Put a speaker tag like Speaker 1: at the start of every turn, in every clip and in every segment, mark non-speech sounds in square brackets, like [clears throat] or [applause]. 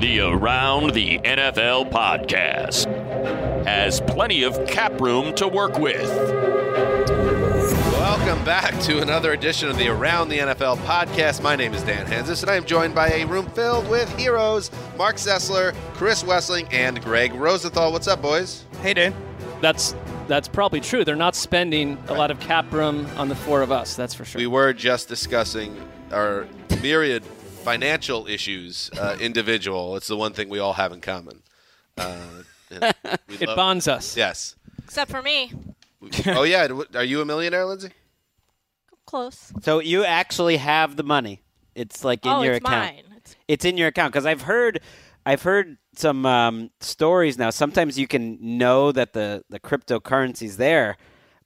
Speaker 1: The Around the NFL podcast has plenty of cap room to work with.
Speaker 2: Welcome back to another edition of the Around the NFL podcast. My name is Dan Hansis, and I am joined by a room filled with heroes Mark Sessler, Chris Wessling, and Greg Rosenthal. What's up, boys?
Speaker 3: Hey, Dan.
Speaker 4: That's that's probably true. They're not spending a lot of cap room on the four of us. That's for sure.
Speaker 2: We were just discussing our myriad financial issues, uh, individual. It's the one thing we all have in common. Uh, you know, we
Speaker 4: it
Speaker 2: love-
Speaker 4: bonds us.
Speaker 2: Yes.
Speaker 5: Except for me.
Speaker 2: Oh, yeah. Are you a millionaire, Lindsay?
Speaker 5: Close.
Speaker 3: So you actually have the money. It's like in
Speaker 5: oh,
Speaker 3: your
Speaker 5: it's
Speaker 3: account.
Speaker 5: mine. It's,
Speaker 3: It's in your account because I've heard, I've heard some um, stories now. Sometimes you can know that the the cryptocurrency's there,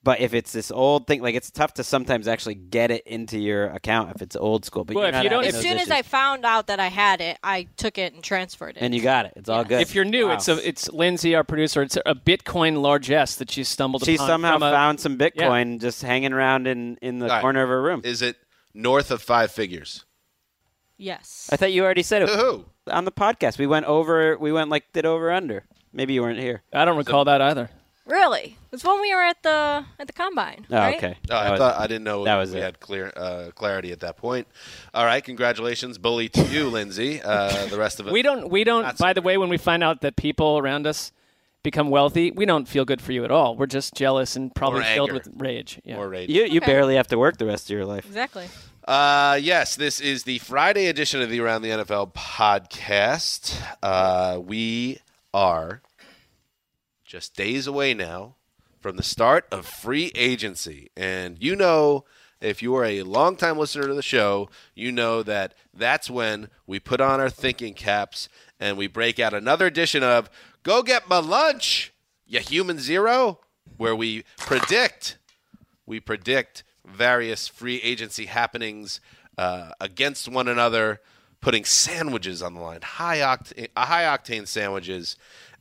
Speaker 3: but if it's this old thing, like it's tough to sometimes actually get it into your account if it's old school. But
Speaker 4: Well,
Speaker 3: you're
Speaker 4: if
Speaker 3: not
Speaker 4: you don't-
Speaker 3: having
Speaker 5: as
Speaker 3: those
Speaker 5: soon as
Speaker 3: issues.
Speaker 5: I found out that I had it, I took it and transferred it.
Speaker 3: and you got it, it's all good.
Speaker 4: If you're new,
Speaker 3: Wow.
Speaker 4: it's a, it's Lindsay, our producer. It's a Bitcoin largesse that she stumbled
Speaker 3: she
Speaker 4: upon.
Speaker 3: somehow
Speaker 4: from a-
Speaker 3: found some Bitcoin just hanging around in in the
Speaker 2: All right.
Speaker 3: corner of her room.
Speaker 2: Is it north of five figures?
Speaker 5: yes.
Speaker 3: I thought you already said it
Speaker 2: Woohoo!
Speaker 3: on the podcast. We went over, we went like did over under. Maybe you weren't here.
Speaker 4: I don't recall that either.
Speaker 5: really? It was when we were at the at the combine.
Speaker 3: Oh,
Speaker 5: right?
Speaker 3: okay.
Speaker 2: Oh, I
Speaker 3: That was-
Speaker 2: thought I didn't know
Speaker 3: that was
Speaker 2: we
Speaker 3: it.
Speaker 2: had clear uh, clarity at that point. All right, congratulations, bully to you, Lindsay. Uh, the rest of it,
Speaker 4: We don't. We don't.
Speaker 2: That's-
Speaker 4: By the way, when we find out that people around us become wealthy, we don't feel good for you at all. We're just jealous and probably
Speaker 2: Or
Speaker 4: filled
Speaker 2: anger.
Speaker 4: with rage. Yeah.
Speaker 2: More rage.
Speaker 3: you you
Speaker 5: Okay.
Speaker 3: barely have to work the rest of your life.
Speaker 5: Exactly.
Speaker 2: Uh, yes, this is the Friday edition of the Around the NFL podcast. Uh, we are just days away now from the start of free agency. And you know, if you are a longtime listener to the show, you know that that's when we put on our thinking caps and we break out another edition of Go Get My Lunch, You Human Zero, where we predict we predict various free agency happenings uh, against one another, putting sandwiches on the line, high octane, high octane sandwiches,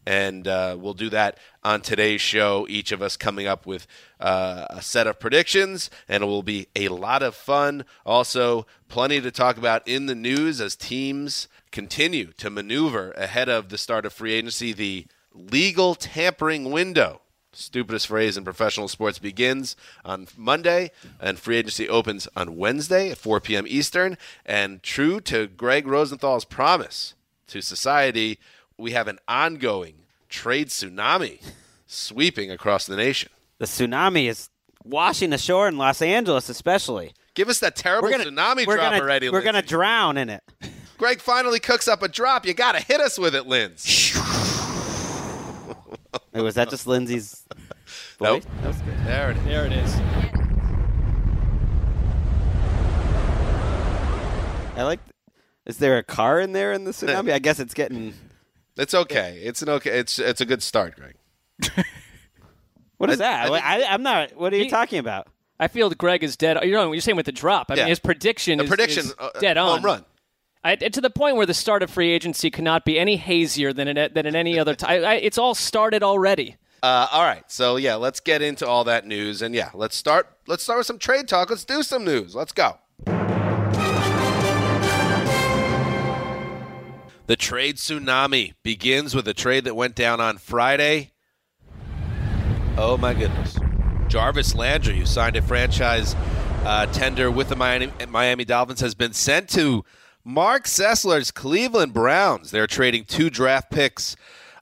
Speaker 2: and uh, we'll do that on today's show. Each of us coming up with uh, a set of predictions, and it will be a lot of fun. Also, plenty to talk about in the news as teams continue to maneuver ahead of the start of free agency, the legal tampering window stupidest phrase in professional sports begins on Monday, and free agency opens on Wednesday at 4 p.m. Eastern. And true to Greg Rosenthal's promise to society, we have an ongoing trade tsunami sweeping across the nation.
Speaker 3: The tsunami is washing ashore in Los Angeles, especially.
Speaker 2: Give us that terrible tsunami
Speaker 3: we're
Speaker 2: drop
Speaker 3: gonna,
Speaker 2: already,
Speaker 3: We're gonna
Speaker 2: Lindsay.
Speaker 3: drown in it.
Speaker 2: Greg finally cooks up a drop. You got to hit us with it, Linz.
Speaker 3: Wait, was that just Lindsay's?
Speaker 2: Nope.
Speaker 3: voice? That was good.
Speaker 2: There it is.
Speaker 4: There it is.
Speaker 3: I like. Is there a car in there in the tsunami? I guess it's getting.
Speaker 2: It's okay. It's an okay. It's it's a good start, Greg.
Speaker 3: What is that?
Speaker 2: I think-
Speaker 3: I, am not. What are you
Speaker 4: He-
Speaker 3: talking about?
Speaker 4: I feel Greg is dead. You're, you're saying with the drop. I
Speaker 2: Yeah.
Speaker 4: mean, his prediction
Speaker 2: The
Speaker 4: is,
Speaker 2: prediction
Speaker 4: is
Speaker 2: uh,
Speaker 4: dead on.
Speaker 2: home run.
Speaker 4: I, to the point where the start of free agency cannot be any hazier than it, than at any other time. It's all started already.
Speaker 2: Uh, all right, so yeah, let's get into all that news, and yeah, let's start. Let's start with some trade talk. Let's do some news. Let's go. The trade tsunami begins with a trade that went down on Friday. Oh my goodness, Jarvis Landry, who signed a franchise uh, tender with the Miami, Miami Dolphins, has been sent to Mark Sessler's Cleveland Browns. They're trading two draft picks.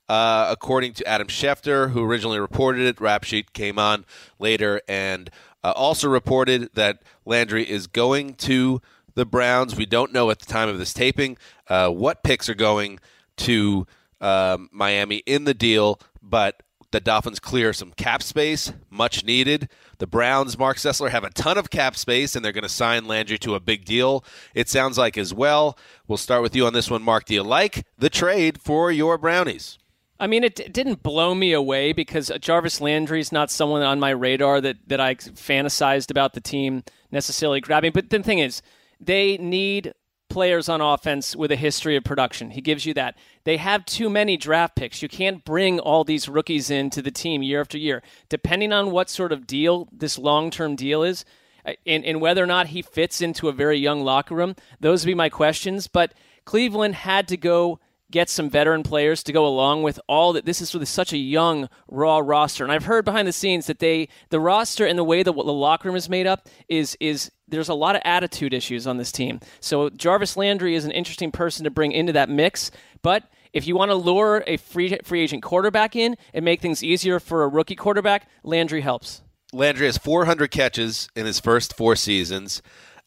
Speaker 2: Uh, according to Adam Schefter, who originally reported it. Rap Sheet came on later and uh, also reported that Landry is going to the Browns. We don't know at the time of this taping uh, what picks are going to um, Miami in the deal, but the Dolphins clear some cap space, much needed. The Browns, Mark Sessler, have a ton of cap space, and they're going to sign Landry to a big deal. It sounds like as well. We'll start with you on this one, Mark. Do you like the trade for your Brownies?
Speaker 4: I mean, it, it didn't blow me away because uh, Jarvis Landry is not someone on my radar that, that I fantasized about the team necessarily grabbing. But the thing is, they need players on offense with a history of production. He gives you that. They have too many draft picks. You can't bring all these rookies into the team year after year. Depending on what sort of deal this long term deal is, uh, and, and whether or not he fits into a very young locker room, those would be my questions. But Cleveland had to go get some veteran players to go along with all that. This is really such a young, raw roster, and I've heard behind the scenes that they the roster and the way that the locker room is made up is is there's a lot of attitude issues on this team. So Jarvis Landry is an interesting person to bring into that mix, but. If you want to lure a free free agent quarterback in and make things easier for a rookie quarterback, Landry helps.
Speaker 2: Landry has 400 catches in his first four seasons.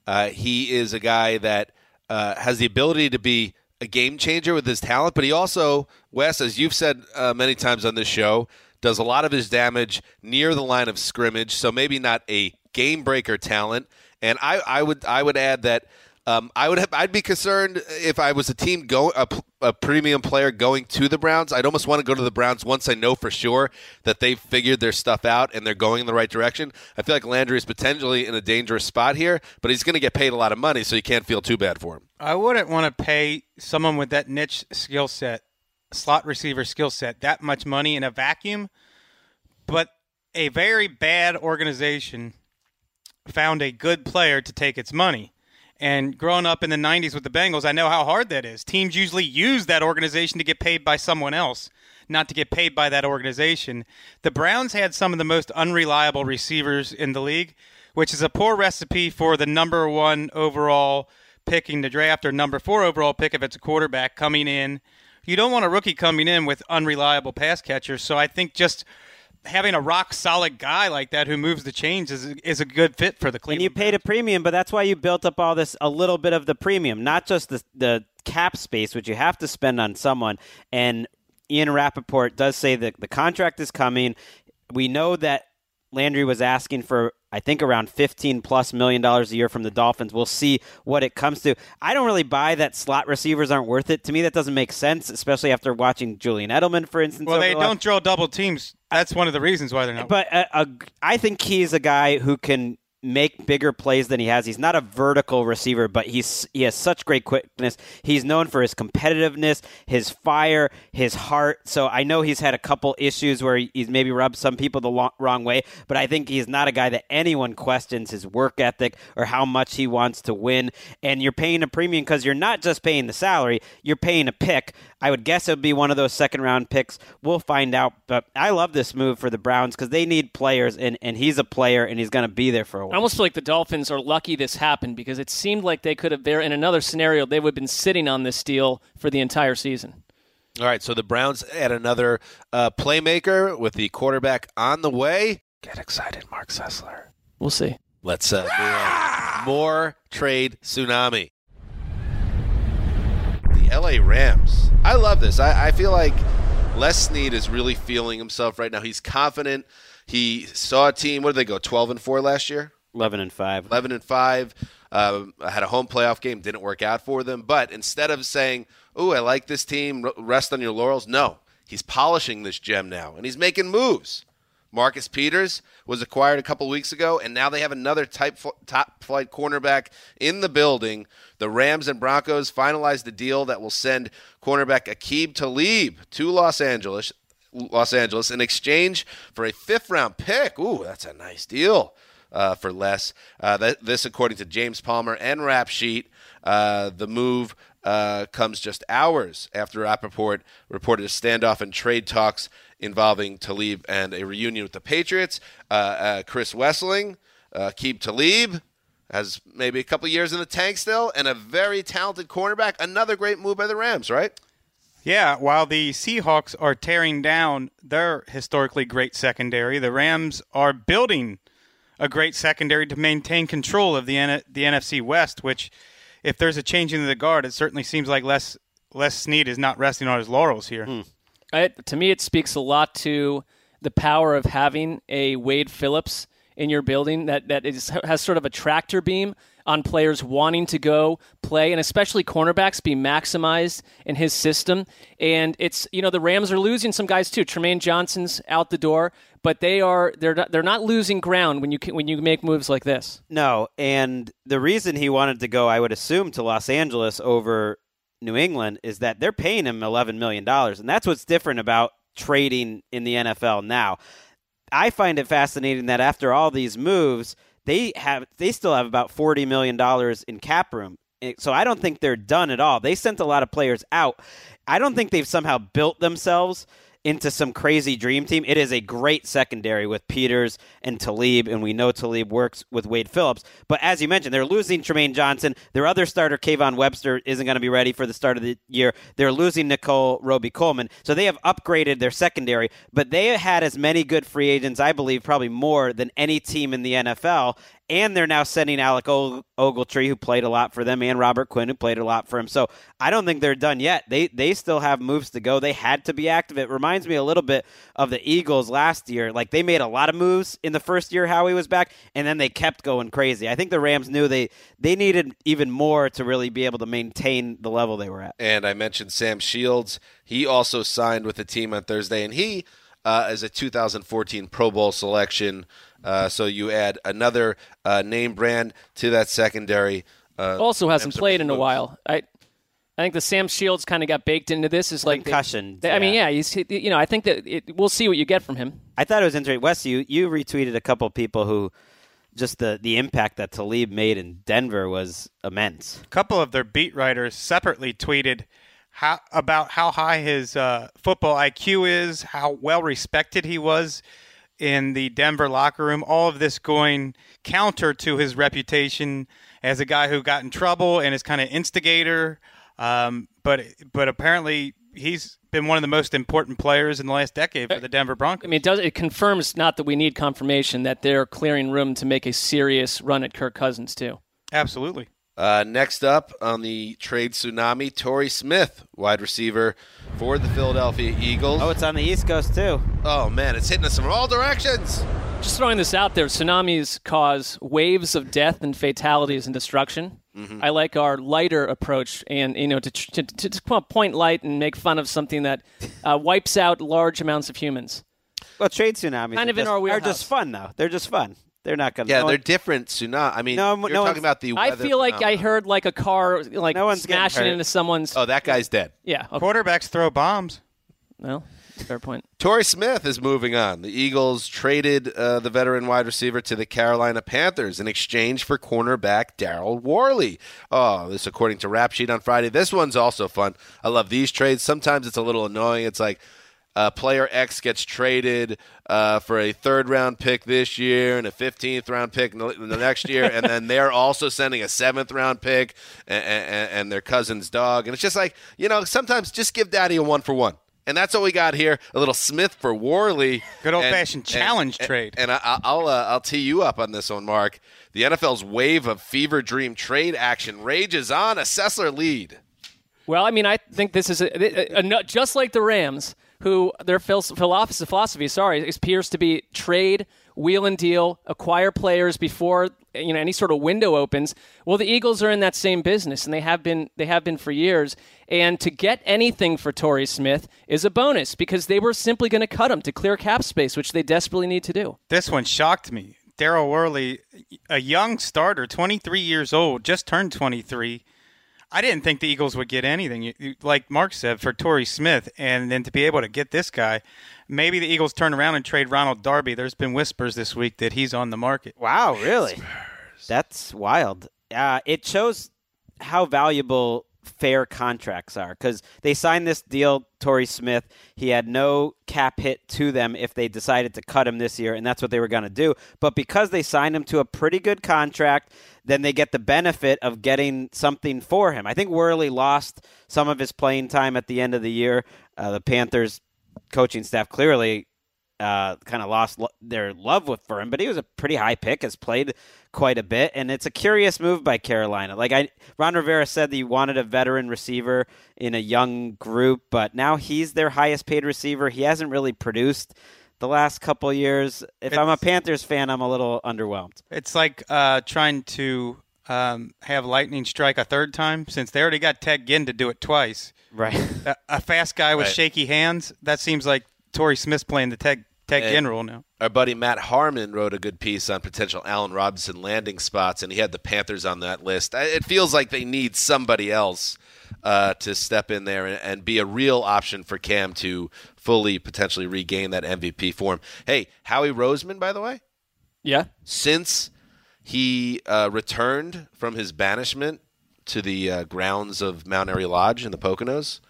Speaker 2: Uh, he is a guy that uh, has the ability to be a game changer with his talent, but he also, Wes, as you've said uh, many times on this show, does a lot of his damage near the line of scrimmage. So maybe not a game breaker talent. And I, I would, I would add that um, I would, have, I'd be concerned if I was a team go a, a premium player going to the Browns. I'd almost want to go to the Browns once I know for sure that they've figured their stuff out and they're going in the right direction. I feel like Landry is potentially in a dangerous spot here, but he's going to get paid a lot of money, so you can't feel too bad for him.
Speaker 6: I wouldn't want to pay someone with that niche skill set, slot receiver skill set, that much money in a vacuum. But a very bad organization found a good player to take its money. And growing up in the 90s with the Bengals, I know how hard that is. Teams usually use that organization to get paid by someone else, not to get paid by that organization. The Browns had some of the most unreliable receivers in the league, which is a poor recipe for the number one overall picking the draft or number four overall pick if it's a quarterback coming in. You don't want a rookie coming in with unreliable pass catchers. So I think just having a rock solid guy like that who moves the chains is is a good fit for the
Speaker 3: And
Speaker 6: Cleveland.
Speaker 3: you paid a
Speaker 6: Browns.
Speaker 3: premium, but that's why you built up all this a little bit of the premium, not just the the cap space, which you have to spend on someone. And Ian Rappaport does say that the contract is coming. We know that Landry was asking for I think around 15 plus million dollars a year from the Dolphins. We'll see what it comes to. I don't really buy that slot receivers aren't worth it. To me that doesn't make sense, especially after watching Julian Edelman for instance.
Speaker 6: Well,
Speaker 3: over
Speaker 6: they
Speaker 3: the last-
Speaker 6: don't drill double teams. That's one of the reasons why they're not.
Speaker 3: but uh, a g- I think he's a guy who can make bigger plays than he has. He's not a vertical receiver, but he's he has such great quickness. He's known for his competitiveness, his fire, his heart. So I know he's had a couple issues where he- he's maybe rubbed some people the lo- wrong way, but I think he's not a guy that anyone questions his work ethic or how much he wants to win. And you're paying a premium because you're not just paying the salary, you're paying a pick. I would guess it would be one of those second round picks. We'll find out. But I love this move for the Browns because they need players, and, and he's a player, and he's going to be there for a
Speaker 4: I
Speaker 3: while.
Speaker 4: almost feel like the Dolphins are lucky this happened because it seemed like they could have there in another scenario they would have been sitting on this deal for the entire season.
Speaker 2: All right, so the Browns add another uh, playmaker with the quarterback on the way. Get excited, Mark Sessler.
Speaker 4: We'll see.
Speaker 2: Let's uh, move on. more trade tsunami. The LA Rams. I love this. I, I feel like Les Snead is really feeling himself right now. He's confident. He saw a team. What did they go? Twelve and four last year.
Speaker 3: 11 and 5.
Speaker 2: 11 and 5 um, had a home playoff game didn't work out for them but instead of saying oh i like this team r- rest on your laurels no he's polishing this gem now and he's making moves Marcus Peters was acquired a couple weeks ago, and now they have another type fl- top flight cornerback in the building. The Rams and Broncos finalized the deal that will send cornerback Akib Talib to Los Angeles, Los Angeles in exchange for a fifth round pick. Ooh, that's a nice deal uh, for less. Uh, th- this, according to James Palmer and Rap Sheet, uh, the move uh, comes just hours after Rappaport reported a standoff and trade talks involving Talib and a reunion with the Patriots. Uh, uh, Chris Wessling, uh, Keeb Talib, has maybe a couple years in the tank still, and a very talented cornerback. Another great move by the Rams, right?
Speaker 6: Yeah, while the Seahawks are tearing down their historically great secondary, the Rams are building a great secondary to maintain control of the N- the NFC West. Which, if there's a change in the guard, it certainly seems like Les Les Snead is not resting on his laurels here.
Speaker 4: I, to me, it speaks a lot to the power of having a Wade Phillips in your building that that is, has sort of a tractor beam on players wanting to go play, and especially cornerbacks be maximized in his system. And it's you know the Rams are losing some guys too. Tremaine Johnson's out the door, but they are they're not, they're not losing ground when you can, when you make moves like this.
Speaker 3: No, and the reason he wanted to go, I would assume, to Los Angeles over New England is that they're paying him eleven million dollars, and that's what's different about trading in the NFL now. I find it fascinating that after all these moves, they have they still have about forty million dollars in cap room. Eh, So I don't think they're done at all. They sent a lot of players out. I don't think they've somehow built themselves into some crazy dream team. It is a great secondary with Peters and Talib, and we know Talib works with Wade Phillips. But as you mentioned, they're losing Tremaine Johnson. Their other starter, Kayvon Webster, isn't going to be ready for the start of the year. They're losing Nicole Roby Coleman. So they have upgraded their secondary, but they had as many good free agents, I believe, probably more than any team in the NFL. And they're now sending Alec Og- Ogletree, who played a lot for them, and Robert Quinn, who played a lot for him. So I don't think they're done yet. They they still have moves to go. They had to be active. It reminds me a little bit of the Eagles last year. Like they made a lot of moves in the first year Howie was back, and then they kept going crazy. I think the Rams knew they they needed even more to really be able to maintain the level they were at.
Speaker 2: and I mentioned Sam Shields. He also signed with the team on Thursday, and he uh, is a 2014 Pro Bowl selection. Uh, so you add another uh, name brand to that secondary. Uh,
Speaker 4: Also hasn't
Speaker 2: Rams are
Speaker 4: played in a
Speaker 2: close.
Speaker 4: while. I I think the Sam Shields kind of got baked into this. Is like they-
Speaker 3: Concussion,
Speaker 4: they- I mean,
Speaker 3: yeah.
Speaker 4: yeah, he's you know I think that it, we'll see what you get from him.
Speaker 3: I thought it was interesting. Wes, you, you retweeted a couple people who just the, the impact that Talib made in Denver was immense.
Speaker 6: A couple of their beat writers separately tweeted how, about how high his uh, football IQ is, how well respected he was in the Denver locker room. All of this going counter to his reputation as a guy who got in trouble and is kind of instigator. Um, but but apparently he's been one of the most important players in the last decade for the Denver
Speaker 4: I
Speaker 6: Broncos.
Speaker 4: mean, it does it confirms not that we need confirmation that they're clearing room to make a serious run at Kirk Cousins too.
Speaker 6: Absolutely.
Speaker 2: Uh, next up on the trade tsunami, Torrey Smith, wide receiver for the Philadelphia Eagles.
Speaker 3: Oh, it's on the East Coast too.
Speaker 2: oh man, it's hitting us from all directions.
Speaker 4: Just throwing this out there, tsunamis cause waves of death and fatalities and destruction. I like our lighter approach, and you know, to, to, to, to come up point light and make fun of something that uh, wipes out large amounts of humans.
Speaker 3: Well, trade tsunamis
Speaker 4: Kind
Speaker 3: are
Speaker 4: of in
Speaker 3: just,
Speaker 4: our
Speaker 3: are
Speaker 4: wheelhouse.
Speaker 3: just fun though. They're just fun. They're not gonna.
Speaker 2: Yeah,
Speaker 3: no
Speaker 2: they're
Speaker 3: one-
Speaker 2: different tsunami. I mean,
Speaker 3: No,
Speaker 2: you're
Speaker 3: no
Speaker 2: talking
Speaker 3: one's-
Speaker 2: about the.
Speaker 4: I
Speaker 2: weather
Speaker 4: feel like I
Speaker 2: phenomenon.
Speaker 4: heard like a car like
Speaker 3: No one's getting
Speaker 4: smashing
Speaker 3: hurt.
Speaker 4: into someone's.
Speaker 2: Oh, that guy's dead.
Speaker 4: yeah, okay.
Speaker 6: Quarterbacks throw bombs.
Speaker 4: well, fair point.
Speaker 2: Torrey Smith is moving on. The Eagles traded uh, the veteran wide receiver to the Carolina Panthers in exchange for cornerback Daryl Worley. Oh, this according to Rap Sheet on Friday. This one's also fun. I love these trades. Sometimes it's a little annoying. It's like uh, player X gets traded uh, for a third round pick this year and a 15th round pick in the, in the next year, and then they're also sending a seventh round pick and, and, and their cousin's dog. And it's just like, you know, sometimes just give daddy a one for one. And that's what we got here. A little Smith for Warley.
Speaker 6: Good
Speaker 2: And-
Speaker 6: old-fashioned
Speaker 2: and-
Speaker 6: challenge
Speaker 2: and-
Speaker 6: trade.
Speaker 2: And I, I'll uh, I'll tee you up on this one, Mark. The NFL's wave of fever dream trade action rages on. A Sessler lead.
Speaker 4: Well, I mean, I think this is a, a, a- just like the Rams, who their phil- philosophy, philosophy, sorry, appears to be trade wheel and deal, acquire players before you know any sort of window opens. Well, the Eagles are in that same business, and they have been they have been for years. And to get anything for Torrey Smith is a bonus because they were simply going to cut him to clear cap space, which they desperately need to do.
Speaker 6: This one shocked me. Daryl Worley, a young starter, 23 years old, just turned 23. I didn't think the Eagles would get anything, You- you- like Mark said, for Torrey Smith, and then to be able to get this guy, maybe the Eagles turn around and trade Ronald Darby. There's been whispers this week that he's on the market.
Speaker 3: Wow, really? That's wild. Uh, it shows how valuable fair contracts are because they signed this deal, Torrey Smith. He had no cap hit to them if they decided to cut him this year, and that's what they were going to do. But because they signed him to a pretty good contract, then they get the benefit of getting something for him. I think Worley lost some of his playing time at the end of the year. Uh, the Panthers coaching staff clearly uh, kind of lost lo- their love with for him, but he was a pretty high pick, has played quite a bit, and it's a curious move by Carolina. Like I, Ron Rivera said that he wanted a veteran receiver in a young group, but now he's their highest paid receiver. He hasn't really produced the last couple years. If I'm a
Speaker 6: It's-
Speaker 3: Panthers fan, I'm a little underwhelmed.
Speaker 6: It's like uh, trying to um, have lightning strike a third time since they already got Ted Ginn to do it twice. Uh,
Speaker 3: Right.
Speaker 6: A, a fast guy with
Speaker 2: Right.
Speaker 6: shaky hands. That seems like Torrey Smith's playing the Ted, Ted
Speaker 2: Hey.
Speaker 6: Ginn role now.
Speaker 2: Our buddy Matt Harmon wrote a good piece on potential Allen Robinson landing spots, and he had the Panthers on that list. I- It feels like they need somebody else uh, to step in there and, and be a real option for Cam to fully potentially regain that MVP form. Hey, Howie Roseman, by the way,
Speaker 4: Yeah,
Speaker 2: since he uh, returned from his banishment to the uh, grounds of Mount Airy Lodge in the Poconos,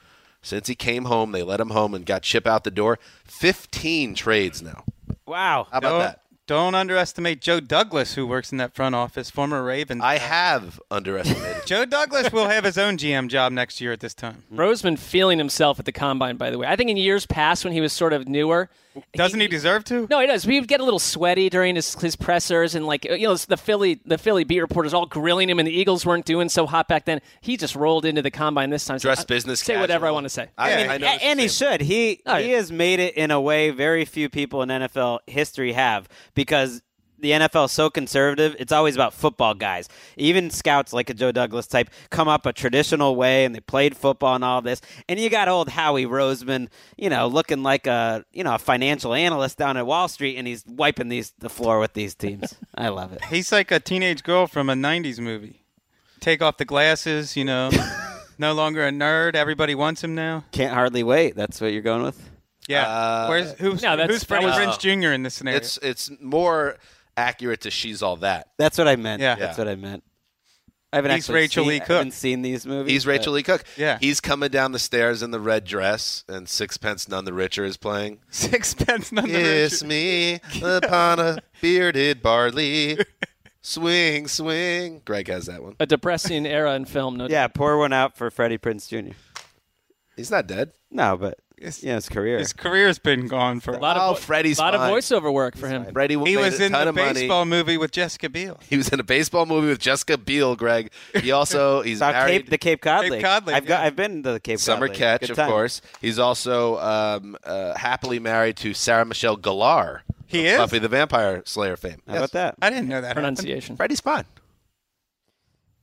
Speaker 2: since he came home, they let him home and got Chip out the door. 15 trades now.
Speaker 3: Wow.
Speaker 2: How about
Speaker 6: don't,
Speaker 2: that?
Speaker 6: Don't underestimate Joe Douglas, who works in that front office, former Raven.
Speaker 2: I have underestimated.
Speaker 6: Joe Douglas will have his own GM job next year at this time.
Speaker 4: Roseman Mm-hmm. feeling himself at the combine. By the way, I think in years past when he was sort of newer,
Speaker 6: Doesn't he deserve to?
Speaker 4: No, he does. We would get a little sweaty during his, his pressers, and like you know, the Philly the Philly beat reporters all grilling him, and the Eagles weren't doing so hot back then. He just rolled into the combine this
Speaker 2: [laughs]
Speaker 4: time.
Speaker 2: Dress
Speaker 4: Said,
Speaker 2: business.
Speaker 4: Say whatever I
Speaker 2: casual.
Speaker 4: want to say.
Speaker 2: I,
Speaker 6: Yeah,
Speaker 2: I
Speaker 6: and-
Speaker 2: noticed
Speaker 3: A- and
Speaker 2: the
Speaker 3: he
Speaker 2: same.
Speaker 3: should. He
Speaker 4: Oh,
Speaker 3: he
Speaker 4: yeah.
Speaker 3: has made it in a way very few people in NFL history have because the NFL is so conservative. It's always about football guys. Even scouts like a Joe Douglas type come up a traditional way and they played football and all this. And you got old Howie Roseman, you know, looking like a you know a financial analyst down at Wall Street, and he's wiping these the floor with these teams. I love it.
Speaker 6: He's like a teenage girl from a 90s movie. Take off the glasses, you know. no longer a nerd. Everybody wants him now.
Speaker 3: Can't hardly wait. That's what you're going with.
Speaker 6: Yeah.
Speaker 2: Uh,
Speaker 6: Where's who's
Speaker 4: No, that's-
Speaker 6: who's
Speaker 4: that
Speaker 6: Freddie
Speaker 4: was-
Speaker 6: Prinze Jr. in this scenario?
Speaker 2: It's it's more accurate to she's all that.
Speaker 3: That's what I meant.
Speaker 6: Yeah.
Speaker 3: that's what I meant. I haven't
Speaker 6: He's
Speaker 3: actually
Speaker 6: Rachel
Speaker 3: seen,
Speaker 6: Lee
Speaker 3: I
Speaker 6: Cook.
Speaker 3: haven't seen these movies.
Speaker 2: He's
Speaker 3: but-
Speaker 2: Rachel Lee Cook.
Speaker 6: Yeah.
Speaker 2: He's coming down the stairs in the red dress, and Sixpence None the Richer is playing.
Speaker 6: Sixpence [laughs] none the
Speaker 2: Kiss
Speaker 6: richer.
Speaker 2: me upon a bearded
Speaker 6: [laughs]
Speaker 2: barley. Swing, swing. Greg has that one.
Speaker 4: A depressing era in
Speaker 2: [laughs]
Speaker 4: film. No,
Speaker 3: Yeah, pour one out for Freddie Prince Jr.
Speaker 2: He's not dead.
Speaker 3: No, but
Speaker 6: It's-
Speaker 3: yeah, his career.
Speaker 6: His career's been gone for a
Speaker 4: a
Speaker 6: while.
Speaker 4: lot
Speaker 2: Oh,
Speaker 4: of
Speaker 2: Freddie's
Speaker 4: a lot
Speaker 2: fine.
Speaker 4: of voiceover work for him.
Speaker 2: Freddie
Speaker 6: He
Speaker 2: made
Speaker 6: was
Speaker 2: a
Speaker 6: in
Speaker 2: ton
Speaker 6: the
Speaker 2: of money.
Speaker 6: baseball movie with Jessica Biel.
Speaker 2: He was in a baseball movie with Jessica Biel. Greg.
Speaker 6: [laughs]
Speaker 2: He also he's
Speaker 3: About
Speaker 2: married.
Speaker 3: Cape, the Cape Cod
Speaker 6: Cape
Speaker 3: League.
Speaker 6: Cod League,
Speaker 3: I've got.
Speaker 6: yeah.
Speaker 3: I've been to the Cape
Speaker 2: Summer
Speaker 3: Cod League.
Speaker 2: Catch,
Speaker 3: Good
Speaker 2: of
Speaker 3: time.
Speaker 2: course. He's also um, uh, happily married to Sarah Michelle Gellar.
Speaker 6: He
Speaker 2: of
Speaker 6: is?
Speaker 2: Buffy the Vampire Slayer fame.
Speaker 3: How about that?
Speaker 6: I didn't know that. happened.
Speaker 2: [laughs]
Speaker 4: Pronunciation.
Speaker 2: Freddie's fine.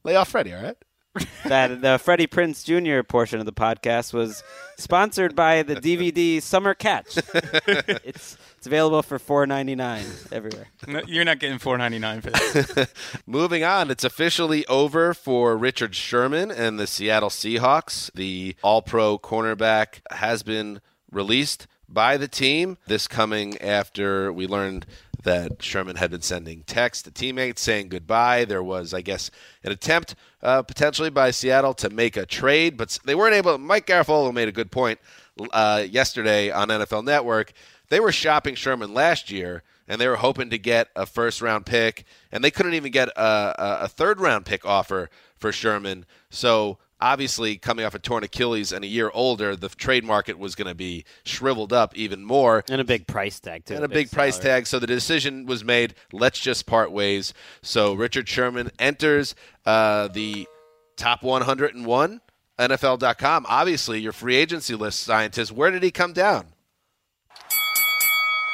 Speaker 2: Lay off Freddie, all right?
Speaker 3: [laughs] that the Freddie Prince Jr. portion of the podcast was sponsored by the DVD
Speaker 6: [laughs]
Speaker 3: Summer Catch. it's it's available for four ninety nine everywhere.
Speaker 6: No, you're not getting 4.99 for this.
Speaker 2: Moving on, it's officially over for Richard Sherman and the Seattle Seahawks. The All Pro cornerback has been released by the team. This coming after we learned that Sherman had been sending texts to teammates saying goodbye. There was, I guess, an attempt uh, potentially by Seattle to make a trade, but they weren't able. Mike Garafolo made a good point uh, yesterday on NFL Network. They were shopping Sherman last year and they were hoping to get a first round pick, and they couldn't even get a, a, a third round pick offer for Sherman. So obviously, coming off a torn Achilles and a year older, the trade market was going to be shriveled up even more.
Speaker 3: And a big price tag too.
Speaker 2: And a big, price tag. So the decision was made let's just part ways. So Richard Sherman enters uh, the top 101 NFL.com. Obviously, your free agency list scientist. Where did he come down?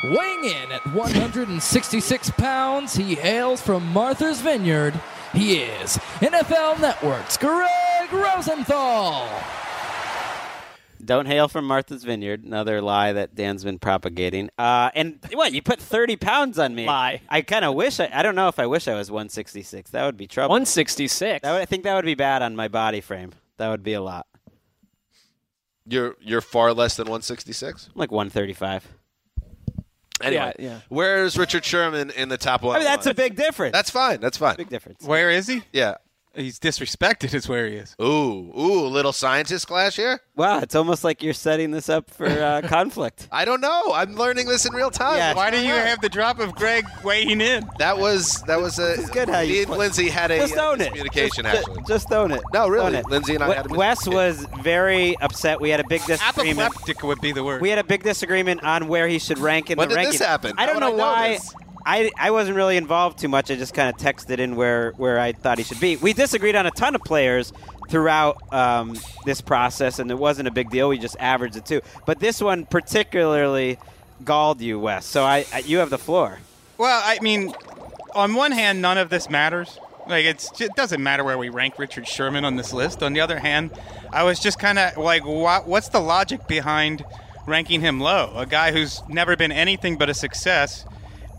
Speaker 7: Weighing in at 166 pounds, he hails from Martha's Vineyard. He is NFL Network's Greg Rosenthal.
Speaker 3: Don't hail from Martha's Vineyard. Another lie that Dan's been propagating. Uh, and what you put thirty pounds on me?
Speaker 4: Lie.
Speaker 3: I kind of wish. I, I don't know if I wish I was one sixty six. That would be trouble.
Speaker 4: 166.
Speaker 3: That would, I think that would be bad on my body frame. That would be a lot.
Speaker 2: You're you're far less than 166.
Speaker 3: I'm like one thirty five.
Speaker 2: Anyway,
Speaker 4: Yeah, yeah.
Speaker 2: where's Richard Sherman in the top one?
Speaker 3: I mean, that's a big difference.
Speaker 2: That's fine. That's fine.
Speaker 3: big difference.
Speaker 6: Where is he?
Speaker 2: Yeah.
Speaker 6: He's disrespected. Is where he is.
Speaker 2: Ooh, ooh, little scientist clash here.
Speaker 3: Wow, it's almost like you're setting this up for uh, [laughs] conflict.
Speaker 2: I don't know. I'm learning this in real time.
Speaker 3: Yeah.
Speaker 6: Why do you have the drop of Greg weighing in?
Speaker 2: That was that was a
Speaker 3: is good how you
Speaker 2: me and
Speaker 3: play-
Speaker 2: Lindsay had a
Speaker 3: Just
Speaker 2: uh,
Speaker 3: own it.
Speaker 2: communication
Speaker 3: Just-
Speaker 2: actually.
Speaker 3: Just, just own it.
Speaker 2: No, really,
Speaker 3: Own it.
Speaker 2: Lindsay and I
Speaker 3: We-
Speaker 2: had a
Speaker 3: Wes
Speaker 2: miscommunication.
Speaker 3: was very upset. We had a big disagreement.
Speaker 6: Apoplectic would be the word.
Speaker 3: We had a big disagreement on where he should rank in
Speaker 2: When
Speaker 3: the
Speaker 2: did
Speaker 3: ranking.
Speaker 2: this happen?
Speaker 3: I don't
Speaker 2: How
Speaker 3: know
Speaker 2: would I know
Speaker 3: why.
Speaker 2: this?
Speaker 3: I, I wasn't really involved too much. I just kind of texted in where, where I thought he should be. We disagreed on a ton of players throughout um, this process, and it wasn't a big deal. We just averaged the two. But this one particularly galled you, Wes. So I, I you have the floor.
Speaker 6: Well, I mean, on one hand, none of this matters. Like it's, it doesn't matter where we rank Richard Sherman on this list. On the other hand, I was just kind of like, what, what's the logic behind ranking him low? A guy who's never been anything but a success,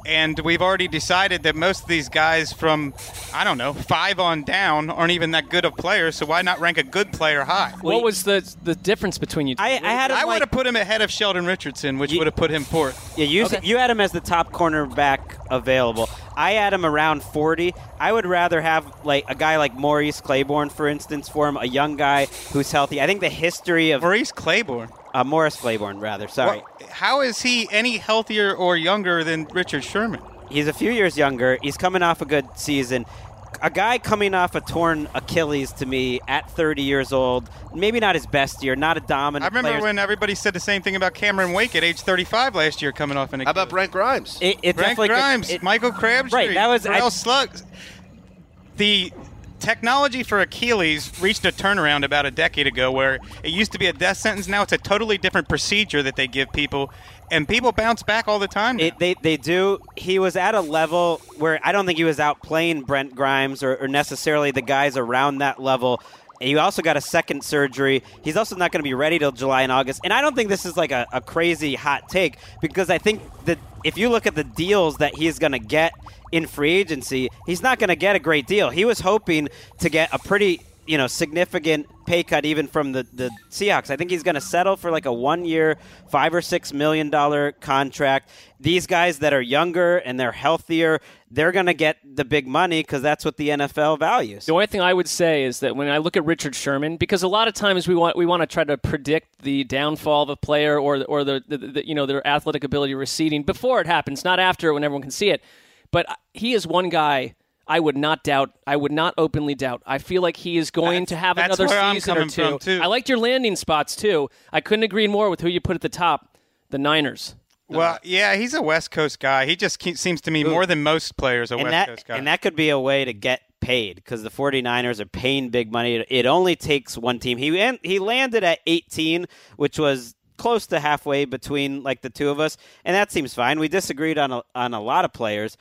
Speaker 6: and we've already decided that most of these guys from, I don't know, five on down aren't even that good of players. So why not rank a good player high?
Speaker 4: what was the the difference between you two?
Speaker 3: I, I had him
Speaker 6: I
Speaker 3: like,
Speaker 6: would have put him ahead of Sheldon Richardson, which
Speaker 3: Ye-
Speaker 6: would have put him fourth.
Speaker 3: Yeah, you you had him as the top cornerback available. I had him around 40. I would rather have like a guy like Maurice Claiborne, for instance, for him, a young guy who's healthy. I think the history of
Speaker 6: Maurice Claiborne.
Speaker 3: uh, Morris Claiborne, rather, sorry,
Speaker 6: What- How is he any healthier or younger than Richard Sherman?
Speaker 3: he's a few years younger. He's coming off a good season. A guy coming off a torn Achilles to me at 30 years old, maybe not his best year, not a dominant.
Speaker 6: I remember
Speaker 3: player.
Speaker 6: when everybody said the same thing about Cameron Wake at age 35 last year, coming off an.
Speaker 2: How about Brent Grimes?
Speaker 3: it, it
Speaker 6: Frank
Speaker 3: definitely could-
Speaker 6: Grimes,
Speaker 3: it-
Speaker 6: Michael Crabtree,
Speaker 3: Right, that was- I-
Speaker 6: Terrell Suggs. The technology for Achilles reached a turnaround about a decade ago, where it used to be a death sentence. Now it's a totally different procedure that they give people, and people bounce back all the time. now.
Speaker 3: It, they, they do. He was at a level where I don't think he was outplaying Brent Grimes or, or necessarily the guys around that level. And You also got a second surgery. He's also not going to be ready till July and August. And I don't think this is like a, a crazy hot take because I think that if you look at the deals that he's going to get in free agency, he's not going to get a great deal. He was hoping to get a pretty you know significant pay cut even from the, the Seahawks. I think he's going to settle for like a one year, five or six million dollar contract. These guys that are younger and they're healthier, they're going to get the big money because that's what the NFL values.
Speaker 4: The only thing I would say is that when I look at Richard Sherman, because a lot of times we want we want to try to predict the downfall of a player or or the, the, the you know their athletic ability receding before it happens, not after when everyone can see it. But he is one guy I would not doubt. I would not openly doubt. I feel like he is going to have
Speaker 6: that's
Speaker 4: another
Speaker 6: where I'm
Speaker 4: season
Speaker 6: coming
Speaker 4: or two.
Speaker 6: from, too.
Speaker 4: I liked your landing spots too. I couldn't agree more with who you put at the top, the Niners.
Speaker 6: well, yeah, he's a West Coast guy. He just ke- seems to me more than most players a
Speaker 3: and
Speaker 6: West
Speaker 3: that
Speaker 6: Coast guy.
Speaker 3: and that could be a way to get paid because the 49ers are paying big money it only takes one team he an- he landed at 18 which was close to halfway between like the two of us and that seems fine we disagreed on a, on a lot of players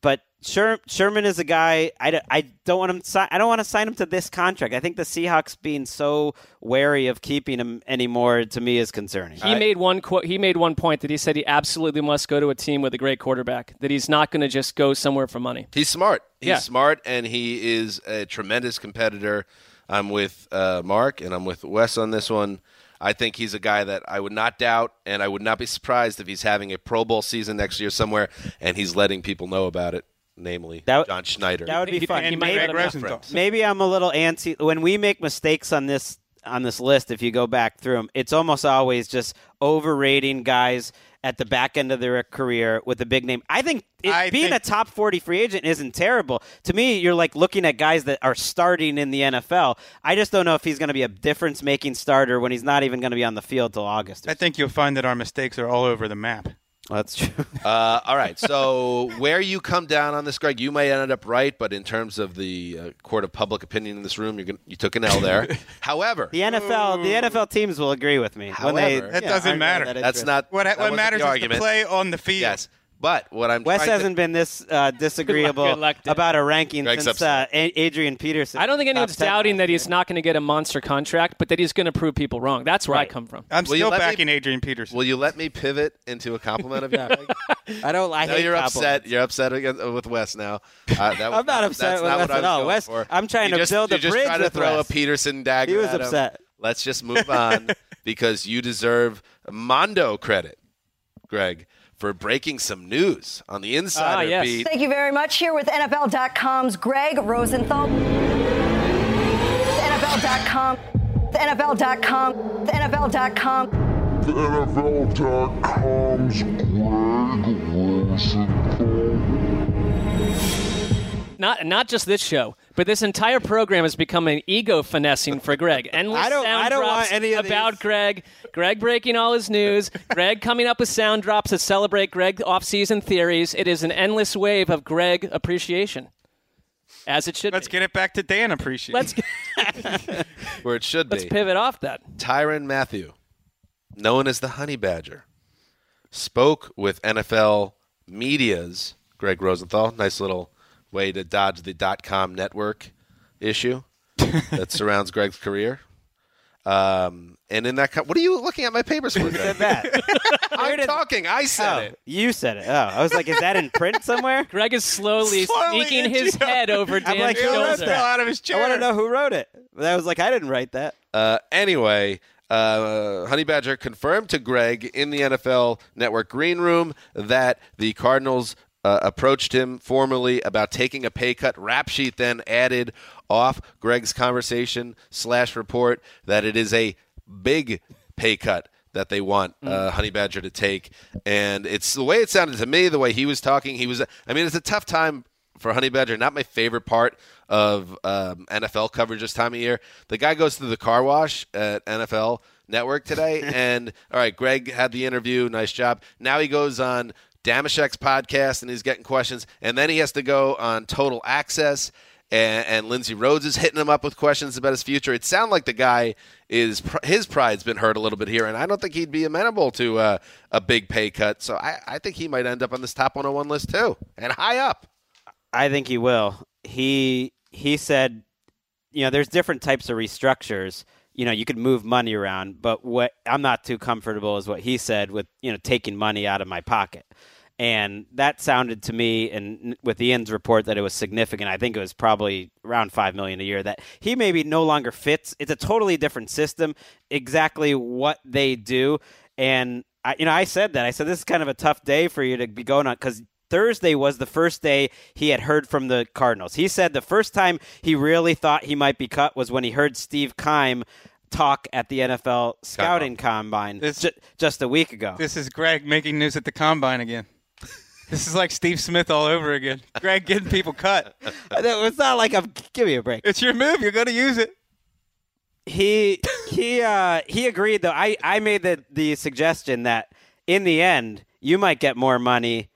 Speaker 3: but Sher- Sherman is a guy I, d- I don't want him to si- I don't want to sign him to this contract. I think the Seahawks being so wary of keeping him anymore to me is concerning.
Speaker 4: He made one quote. He made one point that he said he absolutely must go to a team with a great quarterback. That he's not going to just go somewhere for money.
Speaker 2: He's smart. He's
Speaker 4: Yeah.
Speaker 2: smart, and he is a tremendous competitor. I'm with uh, Mark, and I'm with Wes on this one. I think he's a guy that I would not doubt, and I would not be surprised if he's having a Pro Bowl season next year somewhere, and he's letting people know about it, namely
Speaker 3: That-
Speaker 2: John Schneider.
Speaker 3: that would be
Speaker 4: He-
Speaker 3: fun.
Speaker 4: he
Speaker 6: and
Speaker 4: might
Speaker 3: Maybe-
Speaker 6: Greg
Speaker 4: not have
Speaker 6: Rosenthal.
Speaker 3: Maybe I'm a little antsy when we make mistakes on this on this list. If you go back through them, it's almost always just overrating guys at the back end of their career with a big name. I think it,
Speaker 6: I
Speaker 3: being
Speaker 6: think-
Speaker 3: a top 40 free agent isn't terrible. To me, you're like looking at guys that are starting in the NFL. I just don't know if he's going to be a difference making starter when he's not even going to be on the field till August. or
Speaker 6: I think you'll find that our mistakes are all over the map.
Speaker 3: That's true.
Speaker 2: Uh, all right. So where you come down on this, Greg, you may end up right, but in terms of the uh, court of public opinion in this room, you're gonna, you took an L
Speaker 3: [laughs]
Speaker 2: there. However,
Speaker 3: The NFL, the NFL teams will agree with me. when they,
Speaker 2: However- That
Speaker 3: yeah,
Speaker 6: doesn't
Speaker 3: aren't really
Speaker 6: matter.
Speaker 3: that
Speaker 2: that's
Speaker 3: interested.
Speaker 2: not
Speaker 6: What,
Speaker 2: that
Speaker 6: what
Speaker 2: wasn't
Speaker 6: matters
Speaker 2: the
Speaker 6: is
Speaker 2: argument.
Speaker 6: the play on the field.
Speaker 2: Yes, but what I'm
Speaker 3: Wes
Speaker 2: trying
Speaker 3: hasn't
Speaker 2: to,
Speaker 3: been this uh, disagreeable
Speaker 4: good luck, Dave.
Speaker 3: about a ranking
Speaker 2: Greg's
Speaker 3: since uh,
Speaker 2: upset.
Speaker 3: A- Adrian Peterson.
Speaker 4: I don't think anyone's
Speaker 3: Top 10
Speaker 4: doubting
Speaker 3: last
Speaker 4: that
Speaker 3: year.
Speaker 4: he's not going to get a monster contract, but that he's going to prove people wrong. That's where I come from.
Speaker 6: I'm
Speaker 2: Will you
Speaker 6: still
Speaker 2: let me-
Speaker 6: backing Adrian Peterson.
Speaker 2: Will you let me pivot into a compliment
Speaker 3: [laughs]
Speaker 2: of you? Greg?
Speaker 3: I don't. I
Speaker 2: No,
Speaker 3: hate
Speaker 2: you're
Speaker 3: compliments.
Speaker 2: upset. You're upset against- with Wes now. Uh,
Speaker 3: [laughs]
Speaker 2: that was-
Speaker 3: I'm not
Speaker 2: that's
Speaker 3: upset with
Speaker 2: not
Speaker 3: Wes
Speaker 2: what I
Speaker 3: at
Speaker 2: was
Speaker 3: all.
Speaker 2: going
Speaker 3: Wes-
Speaker 2: for.
Speaker 3: I'm trying
Speaker 2: You
Speaker 3: to
Speaker 2: just,
Speaker 3: build
Speaker 2: you
Speaker 3: a
Speaker 2: just
Speaker 3: bridge
Speaker 2: trying to
Speaker 3: with
Speaker 2: throw
Speaker 3: Wes.
Speaker 2: a Peterson dagger.
Speaker 3: He was
Speaker 2: at him.
Speaker 3: upset.
Speaker 2: Let's just move
Speaker 3: [laughs]
Speaker 2: on because you deserve Mondo credit, Greg, for breaking some news on the
Speaker 3: Ah,
Speaker 2: insider
Speaker 4: yes.
Speaker 2: beat.
Speaker 8: Thank you very much. Here with NFL.com's Greg Rosenthal. NFL.com. NFL.com. NFL.com.
Speaker 9: NFL.com's Greg Rosenthal.
Speaker 4: Not not just this show, but this entire program has become an ego finessing for Greg. Endless
Speaker 3: [laughs] I don't-
Speaker 4: sound
Speaker 3: I don't want
Speaker 4: drops
Speaker 3: any of
Speaker 4: about
Speaker 3: these.
Speaker 4: Greg. Greg breaking all his
Speaker 3: [laughs]
Speaker 4: news. Greg coming up with sound drops to celebrate Greg off-season theories. It is an endless wave of Greg appreciation, as it should.
Speaker 6: Let's
Speaker 4: be.
Speaker 6: get it back to Dan. Appreciate.
Speaker 4: let's get,
Speaker 2: where it should
Speaker 4: let's
Speaker 2: be.
Speaker 4: pivot off that.
Speaker 2: Tyron Matthew, known as the Honey Badger, spoke with NFL media's Greg Rosenthal. Nice little way to dodge the dot com network
Speaker 3: [laughs]
Speaker 2: issue that surrounds Greg's career. Um, and in that, co- what are you looking at my papers for? Greg?
Speaker 3: That.
Speaker 2: [laughs] I'm talking. I said
Speaker 3: Oh,
Speaker 2: it.
Speaker 3: you said it. Oh, I was like, is that in print somewhere?
Speaker 4: Greg is slowly,
Speaker 6: Slowly
Speaker 4: sneaking
Speaker 6: inching
Speaker 4: his
Speaker 6: up.
Speaker 4: head over Dan's
Speaker 3: like,
Speaker 6: He
Speaker 3: Yo,
Speaker 6: almost
Speaker 3: that's
Speaker 6: fell
Speaker 4: shoulder.
Speaker 3: not-
Speaker 6: out of his
Speaker 3: I
Speaker 6: chair.
Speaker 3: want to know who wrote it. But I was like, I didn't write that.
Speaker 2: Uh, anyway, uh, Honey Badger confirmed to Greg in the NFL Network green room that the Cardinals uh, approached him formally about taking a pay cut. Rap sheet then added off Greg's conversation slash report that it is a big pay cut that they want uh, Honey Badger to take, and it's the way it sounded to me, the way he was talking. He was, I mean, it's a tough time for Honey Badger. Not my favorite part of um, NFL coverage this time of year. The guy goes through the car wash at NFL Network today, and all right, Greg had the interview. Nice job. Now he goes on Damashek's podcast and he's getting questions, and then he has to go on Total Access. And, and Lindsey Rhodes is hitting him up with questions about his future. It sounded like the guy is pr- his pride's been hurt a little bit here, and I don't think he'd be amenable to uh, a big pay cut. So I, I think he might end up on this top 101 list too, and high up.
Speaker 3: I think he will. He he said, you know, there's different types of restructures. You know, you could move money around, but what I'm not too comfortable is what he said with you know taking money out of my pocket, and that sounded to me and with the ends report that it was significant. I think it was probably around five million a year that he maybe no longer fits. It's a totally different system. Exactly what they do, and I, you know, I said that. I said this is kind of a tough day for you to be going on because Thursday was the first day he had heard from the Cardinals. He said the first time he really thought he might be cut was when he heard Steve Kime talk at the NFL scouting combine
Speaker 6: This-
Speaker 3: ju- just a week ago.
Speaker 6: This is Greg making news at the combine again. This is like Steve Smith all over again. Greg getting people cut.
Speaker 3: [laughs] it's not like I'm give me a break.
Speaker 6: It's your move. You're going to use it.
Speaker 3: he he uh he agreed though i i made the the suggestion that in the end you might get more money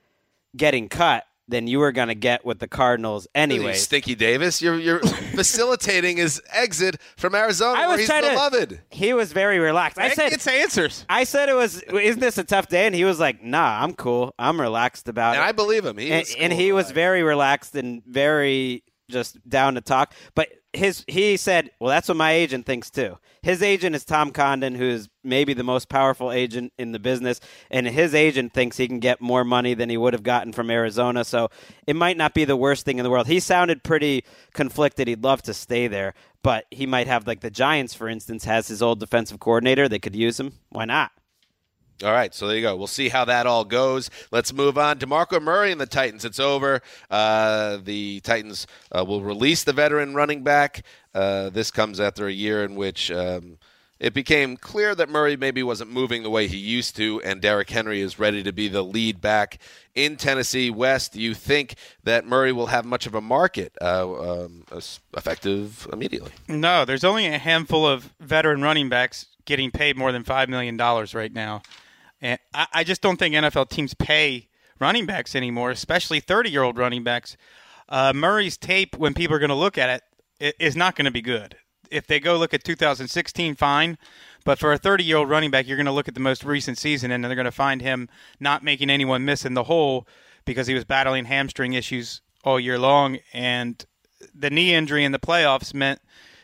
Speaker 3: getting cut than you were going to get with the cardinals anyway
Speaker 2: You Stinky Davis, you're you're facilitating his exit from Arizona,
Speaker 3: i
Speaker 2: where
Speaker 3: was
Speaker 2: he's
Speaker 3: trying
Speaker 2: beloved.
Speaker 3: to he was very relaxed i
Speaker 6: Greg
Speaker 3: said
Speaker 6: gets answers.
Speaker 3: i said it was isn't this a tough day and he was like nah i'm cool i'm relaxed about
Speaker 2: and
Speaker 3: it
Speaker 2: I believe him. He
Speaker 3: and,
Speaker 2: is
Speaker 3: and
Speaker 2: cool.
Speaker 3: he was very relaxed and very just down to talk. But his he said, "Well, that's what my agent thinks too." His agent is Tom Condon, who's maybe the most powerful agent in the business, and his agent thinks he can get more money than he would have gotten from Arizona. So it might not be the worst thing in the world. He sounded pretty conflicted. He'd love to stay there, but he might have like the Giants, for instance, has his old defensive coordinator. They could use him. Why not?
Speaker 2: All right, so there you go. We'll see how that all goes. Let's move on. Demarco Murray and the Titans. It's over. Uh, the Titans uh, will release the veteran running back. Uh, this comes after a year in which um, it became clear that Murray maybe wasn't moving the way he used to, and Derrick Henry is ready to be the lead back in Tennessee. West, do you think that Murray will have much of a market uh, um, as- effective immediately?
Speaker 6: No, there's only a handful of veteran running backs getting paid more than five million dollars right now, And I, I just don't think NFL teams pay running backs anymore, especially 30 year old running backs. Uh, Murray's tape, when people are going to look at it, i- is not going to be good. If they go look at 2016, fine. But for a 30 year old running back, you're going to look at the most recent season and they're going to find him not making anyone miss in the hole because he was battling hamstring issues all year long. And the knee injury in the playoffs meant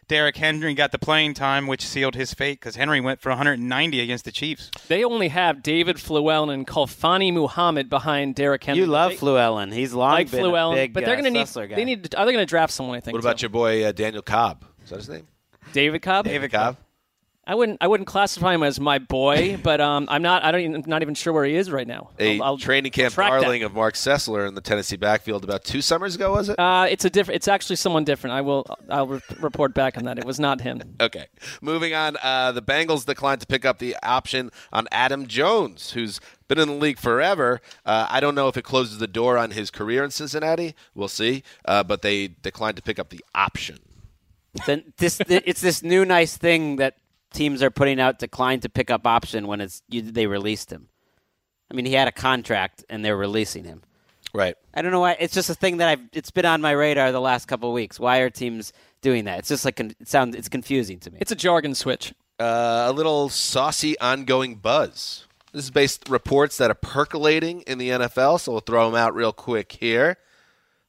Speaker 6: Derek Henry got the playing time, which sealed his fate because Henry went for 190 against the Chiefs.
Speaker 4: They only have David Fluellen and Kalfani Muhammad behind Derek Henry.
Speaker 3: You love
Speaker 4: They-
Speaker 3: Fluellen. He's long
Speaker 4: like
Speaker 3: been a
Speaker 4: Fluellen,
Speaker 3: big,
Speaker 4: but they're
Speaker 3: uh,
Speaker 4: going to need.
Speaker 3: Sussler guy.
Speaker 4: They need. Are they going to draft someone? I think.
Speaker 2: What about your boy uh, Daniel Cobb? Is that his name?
Speaker 4: David Cobb?
Speaker 2: David Cobb.
Speaker 4: I wouldn't. I wouldn't classify him as my
Speaker 3: [laughs]
Speaker 4: boy, but um, I'm not. I don't. Even, I'm not even sure where he is right now.
Speaker 2: A training camp
Speaker 4: track that.
Speaker 2: darling of Mark Sessler in the Tennessee backfield about two summers ago, was it?
Speaker 4: Uh, it's a different. It's actually someone different. I will. I'll re- report back on that. It was not him.
Speaker 2: Okay. Moving on, uh, the Bengals declined to pick up the option on Adam Jones, who's been in the league forever. Uh, I don't know if it closes the door on his career in Cincinnati. We'll see. Uh, but they declined to pick up the option.
Speaker 3: Then this th- it's this new nice thing that teams are putting out decline to pick up option when it's you, they released him. I mean, he had a contract and they're releasing him.
Speaker 2: Right.
Speaker 3: I don't know why. It's just a thing that I've. It's been on my radar the last couple of weeks. Why are teams doing that? It's just like con- it sounds. It's confusing to me.
Speaker 4: It's a jargon switch.
Speaker 2: Uh, a little saucy ongoing buzz. This is based reports that are percolating in the NFL, so we'll throw them out real quick here.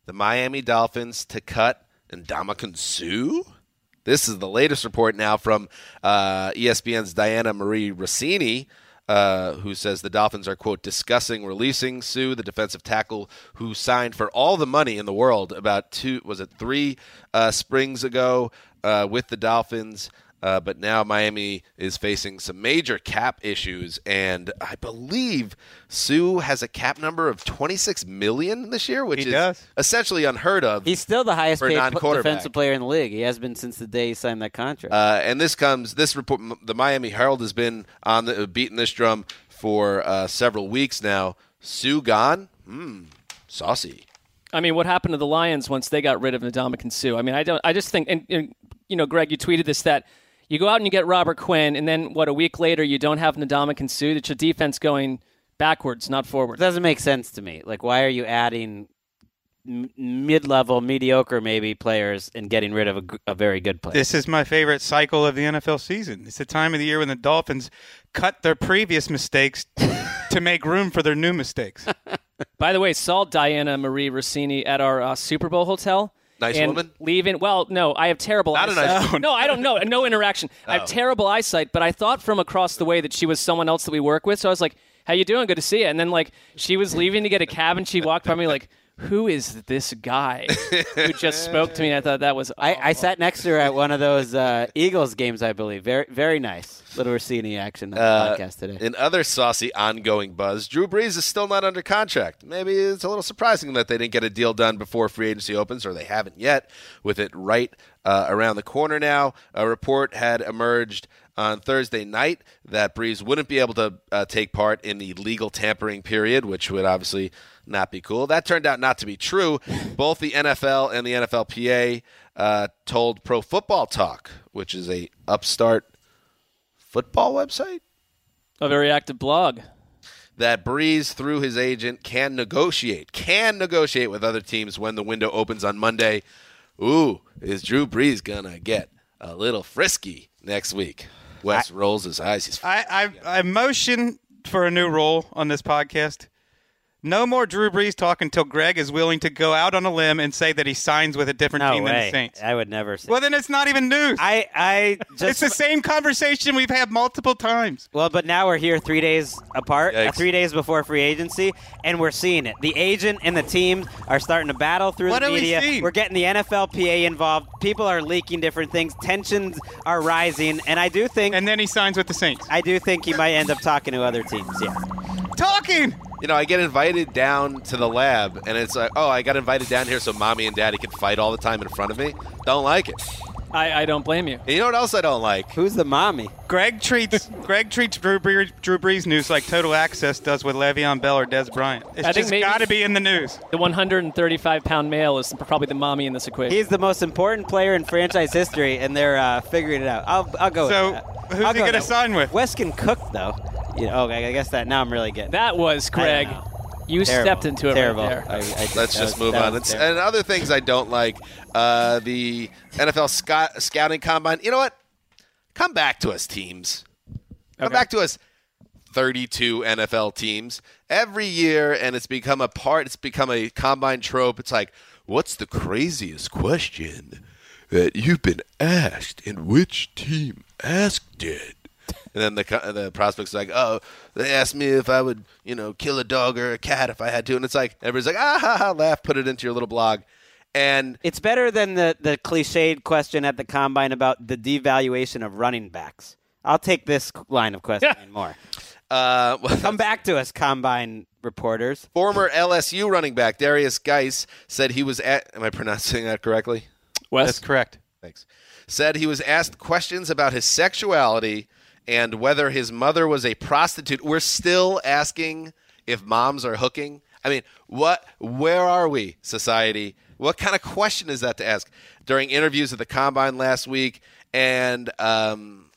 Speaker 2: The Miami Dolphins to cut and Ndamukong Sue. This is the latest report now from uh, ESPN's Diana Marie Rossini, uh, who says the Dolphins are, quote, discussing releasing Sue, the defensive tackle who signed for all the money in the world about two, was it three uh, springs ago uh, with the Dolphins. Uh, but now Miami is facing some major cap issues, and I believe Sue has a cap number of 26 million this year, which
Speaker 3: He
Speaker 2: is
Speaker 3: does.
Speaker 2: essentially unheard of.
Speaker 3: He's still the highest
Speaker 2: for a
Speaker 3: paid pl-
Speaker 2: non-quarterback.
Speaker 3: defensive player in the league. He has been since the day he signed that contract.
Speaker 2: Uh, and this comes this report. m- The Miami Herald has been on the beating this drum for uh, several weeks now. Sue gone, mm, saucy.
Speaker 4: I mean, what happened to the Lions once they got rid of Ndamukong and Sue? I mean, I don't. I just think, and, and you know, Greg, you tweeted this that you go out and you get Robert Quinn, and then what? A week later, you don't have Ndamukong and Sue. It's your defense going backwards, not forward.
Speaker 3: It doesn't make sense to me. Like, why are you adding m- mid-level, mediocre, maybe players and getting rid of a, gr- a very good player?
Speaker 6: This is my favorite cycle of the NFL season. It's the time of the year when the Dolphins cut their previous mistakes to make room for their new mistakes.
Speaker 4: By the way, saw Diana Marie Rossini at our uh, Super Bowl hotel.
Speaker 6: Nice
Speaker 4: and
Speaker 6: woman?
Speaker 4: Leaving. Well, no, I have terrible
Speaker 6: Not a
Speaker 4: eyesight.
Speaker 6: nice woman.
Speaker 4: [laughs] no, I don't know. No interaction. I have
Speaker 6: Oh.
Speaker 4: terrible eyesight, but I thought from across the way that she was someone else that we work with. So I was like, "How you doing? Good to see you." And then like she was leaving to get a cab, and she walked by me like, "Who is this guy who just spoke to me?" And I thought that was.
Speaker 3: I, I sat next to her at one of those uh, Eagles games, I believe. Very, very nice little Rossini action on the
Speaker 2: Uh,
Speaker 3: podcast today.
Speaker 2: In other saucy ongoing buzz, Drew Brees is still not under contract. Maybe it's a little surprising that they didn't get a deal done before free agency opens, or they haven't yet, with it right uh, around the corner now. A report had emerged on Thursday night that Brees wouldn't be able to uh, take part in the legal tampering period, which would obviously not be cool. That turned out not to be true. Both the NFL and the NFLPA uh, told Pro Football Talk, which is a upstart football website
Speaker 4: a very active blog.
Speaker 2: That Breeze, through his agent, can negotiate, can negotiate with other teams when the window opens on Monday. Ooh, is Drew Brees gonna get a little frisky next week? Wes rolls his eyes. He's
Speaker 6: I, I, I motion for a new rule on this podcast. No more Drew Brees talk until Greg is willing to go out on a limb and say that he signs with a different
Speaker 3: no
Speaker 6: team than
Speaker 3: way.
Speaker 6: the Saints.
Speaker 3: I would never say.
Speaker 6: Well, then it's not even news.
Speaker 3: I, I just
Speaker 6: it's the same conversation we've had multiple times.
Speaker 3: Well, but now we're here three days apart, uh,
Speaker 6: Yikes.
Speaker 3: three days before free agency, and we're seeing it. The agent and the teams are starting to battle through
Speaker 6: What
Speaker 3: the
Speaker 6: are we
Speaker 3: media.
Speaker 6: seeing?
Speaker 3: are getting the NFLPA involved. People are leaking different things. Tensions are rising, and I do think. And
Speaker 6: then he signs with the Saints.
Speaker 3: I do think he might end up talking to other teams. Yeah.
Speaker 6: talking.
Speaker 2: You know, I get invited down to the lab, and it's like, oh, I got invited down here so mommy and daddy can fight all the time in front of me. Don't like it.
Speaker 4: I, I don't blame you.
Speaker 2: And you know what else I don't like?
Speaker 3: Who's the mommy?
Speaker 6: Greg treats Greg treats Drew Brees, Drew Brees news like Total Access does with Le'Veon Bell or Des Bryant. It's
Speaker 4: I
Speaker 6: just
Speaker 4: think maybe
Speaker 6: got to be in the news.
Speaker 4: The 135 pound male is probably the mommy in this equation.
Speaker 3: He's the most important player in franchise history, and they're uh, figuring it out. I'll, I'll go.
Speaker 4: So,
Speaker 3: with that.
Speaker 4: who's
Speaker 3: I'll
Speaker 4: he
Speaker 3: go
Speaker 4: gonna
Speaker 3: with that.
Speaker 6: sign with?
Speaker 3: Wes can cook though. You know, oh, I I guess that now I'm really getting.
Speaker 4: That was Greg. You stepped into it right
Speaker 3: Terrible.
Speaker 4: there.
Speaker 3: I- I did.
Speaker 2: Let's
Speaker 3: That
Speaker 2: just
Speaker 3: was-
Speaker 2: move
Speaker 3: that
Speaker 2: on.
Speaker 3: was
Speaker 2: It's,
Speaker 3: terrible.
Speaker 2: and other things I don't like, uh, the NFL scout, scouting combine. You know what? Come back to us, teams. Come back to us. 32 NFL teams every year, and it's become a part. It's become a combine trope. It's like, what's the craziest question that you've been asked, and which team asked it? And then the co- the prospect's like, oh, they asked me if I would, you know, kill a dog or a cat if I had to, and it's like everybody's like, ah ha ha, laugh, put it into your little blog, and
Speaker 3: It's better than the, the cliched question at the combine about the devaluation of running backs. I'll take this line of questioning more.
Speaker 2: Uh, [laughs]
Speaker 3: Come back to us, combine reporters.
Speaker 2: Former LSU running back Darius Geis said he was at. Am I pronouncing that correctly?
Speaker 4: Wes?
Speaker 6: That's correct.
Speaker 2: Thanks. Said he was asked questions about his sexuality and whether his mother was a prostitute. We're still asking if moms are hooking. I mean, what? Where are we, society? What kind of question is that to ask during interviews at the combine last week? And um,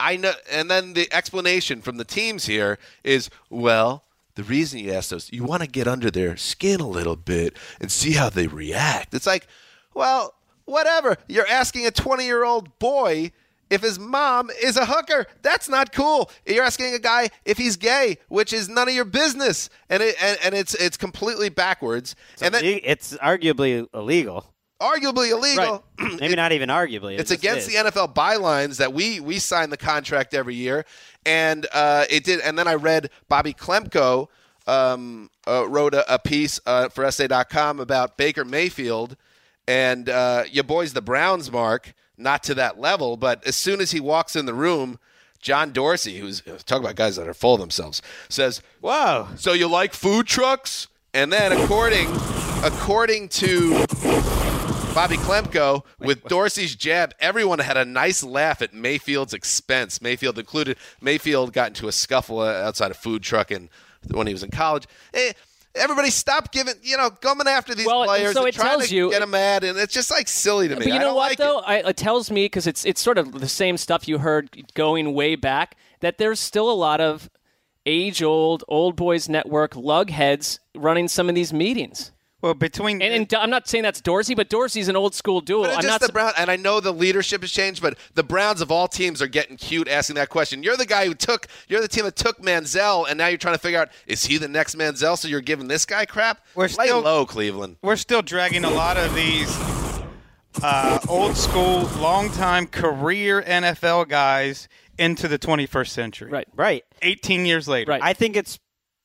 Speaker 2: I know. And then the explanation from the teams here is, well, the reason you ask those, you want to get under their skin a little bit and see how they react. It's like, well, whatever. You're asking a 20 year old boy if his mom is a hooker. That's not cool. You're asking a guy if he's gay, which is none of your business, and it, and, and it's it's completely backwards. and then
Speaker 3: it's arguably illegal.
Speaker 2: arguably illegal.
Speaker 3: [clears throat] Maybe not even arguably.
Speaker 2: It's against the NFL bylines that we we sign the contract every year, and uh, it did. And then I read Bobby Klemko um, uh, wrote a, a piece uh, for SA.com about Baker Mayfield and uh, your boys the Browns. Mark not to that level, but as soon as he walks in the room. John Dorsey, who's talk about guys that are full of themselves, says,
Speaker 3: "Wow,
Speaker 2: so you like food trucks?" And then, according according to Bobby Klemko, with Dorsey's jab, everyone had a nice laugh at Mayfield's expense, Mayfield included. Mayfield got into a scuffle uh, outside a food truck and when he was in college. Eh, everybody stop giving, you know, coming after these
Speaker 4: Well, and
Speaker 2: players
Speaker 4: so
Speaker 2: and
Speaker 4: it
Speaker 2: trying
Speaker 4: tells
Speaker 2: to
Speaker 4: you-
Speaker 2: get them mad, and it's just like silly to me.
Speaker 4: But you
Speaker 2: I
Speaker 4: know
Speaker 2: don't
Speaker 4: what
Speaker 2: like
Speaker 4: though?
Speaker 2: it.
Speaker 4: I, it tells me because it's it's sort of the same stuff you heard going way back that there's still a lot of age old old boys network lugheads running some of these meetings.
Speaker 6: Well,
Speaker 3: Mm.
Speaker 6: between
Speaker 4: and, and I'm not saying that's Dorsey, but Dorsey's an old school duel.
Speaker 2: But it's
Speaker 4: I'm
Speaker 2: just
Speaker 4: not
Speaker 2: the Brown, and I know the leadership has changed, but the Browns of all teams are getting cute asking that question. You're the guy who took, you're the team that took Manziel, and now you're trying to figure out is he the next Manziel? So you're giving this guy crap.
Speaker 6: We're
Speaker 2: Lay
Speaker 6: still-
Speaker 2: low, Cleveland.
Speaker 6: We're still dragging a lot of these uh, old school, longtime career NFL guys into the 21st century.
Speaker 4: Right.
Speaker 3: Right.
Speaker 6: 18 years later.
Speaker 3: I think it's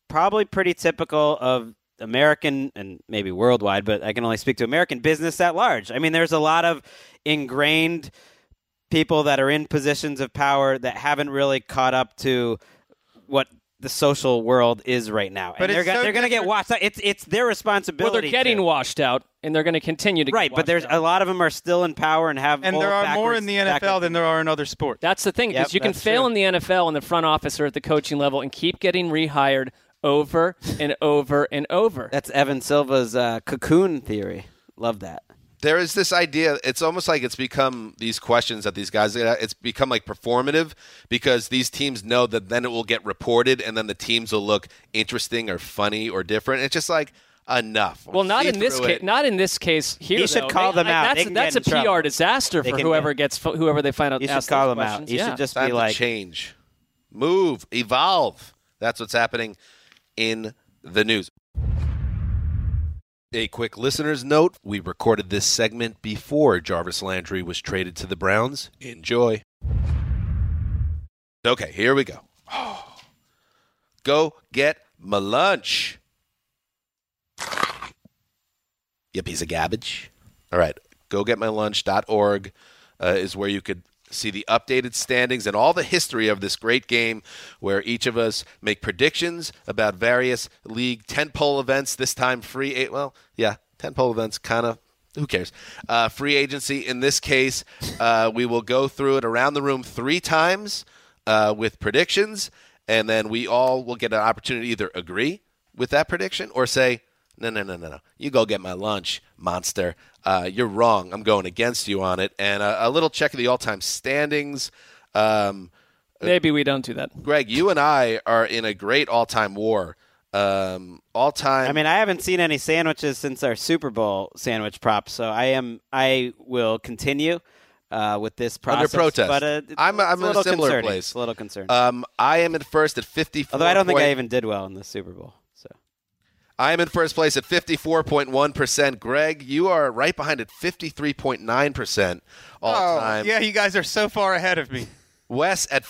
Speaker 3: probably pretty typical of American and maybe worldwide, but I can only speak to American business at large. I mean, there's a lot of ingrained people that are in positions of power that haven't really caught up to what the social world is right now.
Speaker 4: But
Speaker 3: and they're,
Speaker 4: it's
Speaker 3: go-
Speaker 4: so
Speaker 3: they're going to get
Speaker 4: different-
Speaker 3: washed out. It's it's their
Speaker 4: well,
Speaker 3: responsibility.
Speaker 4: they're getting
Speaker 3: to-
Speaker 4: washed out, and they're going to continue to
Speaker 3: right,
Speaker 4: get
Speaker 3: but there's a lot of them are still in power and have
Speaker 6: And
Speaker 3: old
Speaker 6: there are more
Speaker 3: backwards-
Speaker 6: in the NFL
Speaker 3: backwards-
Speaker 6: than there are in other sports.
Speaker 4: That's the thing, because
Speaker 3: Yep,
Speaker 4: you can
Speaker 3: that's
Speaker 4: fail
Speaker 3: true.
Speaker 4: in the NFL in the front office or at the coaching level and keep getting rehired over and over and over.
Speaker 3: That's Evan Silva's uh, cocoon theory. Love that.
Speaker 2: There is this idea. It's almost like it's become these questions that these guys. It's become like performative because these teams know that then it will get reported, and then the teams will look interesting or funny or different. It's just like enough.
Speaker 4: Well, not
Speaker 2: See
Speaker 4: in this
Speaker 2: through
Speaker 4: case.
Speaker 2: it.
Speaker 4: Not in this case here.
Speaker 3: He should
Speaker 4: though.
Speaker 3: call
Speaker 4: They-
Speaker 3: them
Speaker 4: I-
Speaker 3: out. They
Speaker 4: That's,
Speaker 3: can
Speaker 4: that's
Speaker 3: get
Speaker 4: a
Speaker 3: in
Speaker 4: PR
Speaker 3: trouble.
Speaker 4: disaster
Speaker 3: They
Speaker 4: for
Speaker 3: can
Speaker 4: whoever
Speaker 3: get-
Speaker 4: gets fo- whoever they find out.
Speaker 3: You should
Speaker 4: asked
Speaker 3: call
Speaker 4: those
Speaker 3: them out.
Speaker 4: questions.
Speaker 3: You should
Speaker 4: Yeah.
Speaker 3: just
Speaker 2: Time
Speaker 3: be like-
Speaker 2: to change, move, evolve. That's what's happening in the news. A quick listener's note: We recorded this segment before Jarvis Landry was traded to the Browns. Enjoy. Okay, here we go. [gasps] go get my lunch. you piece of garbage. All right, go get my lunch.org uh, is where you could see the updated standings and all the history of this great game where each of us make predictions about various league 10 pole events this time free eight well yeah 10 pole events kind of who cares uh, free agency in this case uh, we will go through it around the room three times uh, with predictions and then we all will get an opportunity to either agree with that prediction or say no, no, no, no, no. You go get my lunch, monster. Uh, you're wrong. I'm going against you on it. And a, a little check of the all time standings. Um,
Speaker 4: Maybe we don't do that.
Speaker 2: Greg, you and I are in a great all-time war. Um, all-time.
Speaker 3: I mean, I haven't seen any sandwiches since our Super Bowl sandwich prop, so I am I will continue uh, with this process
Speaker 2: protest.
Speaker 3: But uh, it's-
Speaker 2: I'm- I'm
Speaker 3: it's
Speaker 2: in a
Speaker 3: little
Speaker 2: similar
Speaker 3: concerning.
Speaker 2: place.
Speaker 3: It's a little concerned.
Speaker 2: Um, I am in first at 54.
Speaker 3: Although I don't think
Speaker 2: point-
Speaker 3: I even did well in the Super Bowl. So
Speaker 2: I am in first place at 54.1%. Greg, you are right behind at 53.9% all
Speaker 6: oh,
Speaker 2: time.
Speaker 6: yeah, you guys are so far ahead of me.
Speaker 2: Wes at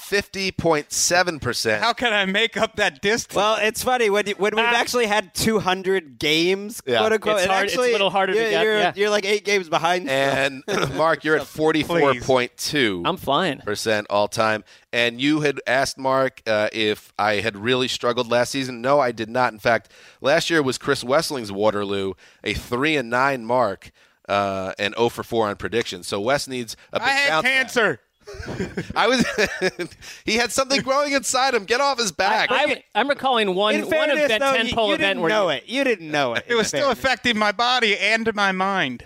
Speaker 2: 50.7%.
Speaker 6: How can I make up that distance?
Speaker 3: Well, it's funny when you, when we've actually had 200 games,
Speaker 2: Yeah.
Speaker 3: quote unquote.
Speaker 4: It's
Speaker 3: it
Speaker 4: hard- it's a
Speaker 3: actually,
Speaker 4: little harder to
Speaker 3: you're,
Speaker 4: get,
Speaker 3: You're,
Speaker 4: yeah.
Speaker 3: you're like eight
Speaker 6: [laughs]
Speaker 3: games behind. still.
Speaker 2: And [clears throat] Mark, you're at 44.2.
Speaker 4: I'm flying.
Speaker 2: percent all time. And you had asked Mark uh, if I had really struggled last season. No, I did not. In fact, last year was Chris Wessling's Waterloo, a three and nine mark, uh, and zero for four on predictions. So Wes needs a big
Speaker 6: I had
Speaker 2: bounce back.
Speaker 6: cancer.
Speaker 2: [laughs] I was. [laughs] he had
Speaker 6: [laughs]
Speaker 2: something growing inside him. Get off his back.
Speaker 4: I'm, I'm recalling one
Speaker 3: In
Speaker 4: one
Speaker 3: fairness,
Speaker 4: of that
Speaker 3: though, you-
Speaker 4: ten pole
Speaker 3: you
Speaker 4: event
Speaker 3: didn't
Speaker 4: where
Speaker 3: know it. You didn't know [laughs] it.
Speaker 6: It was still affecting my body and my mind.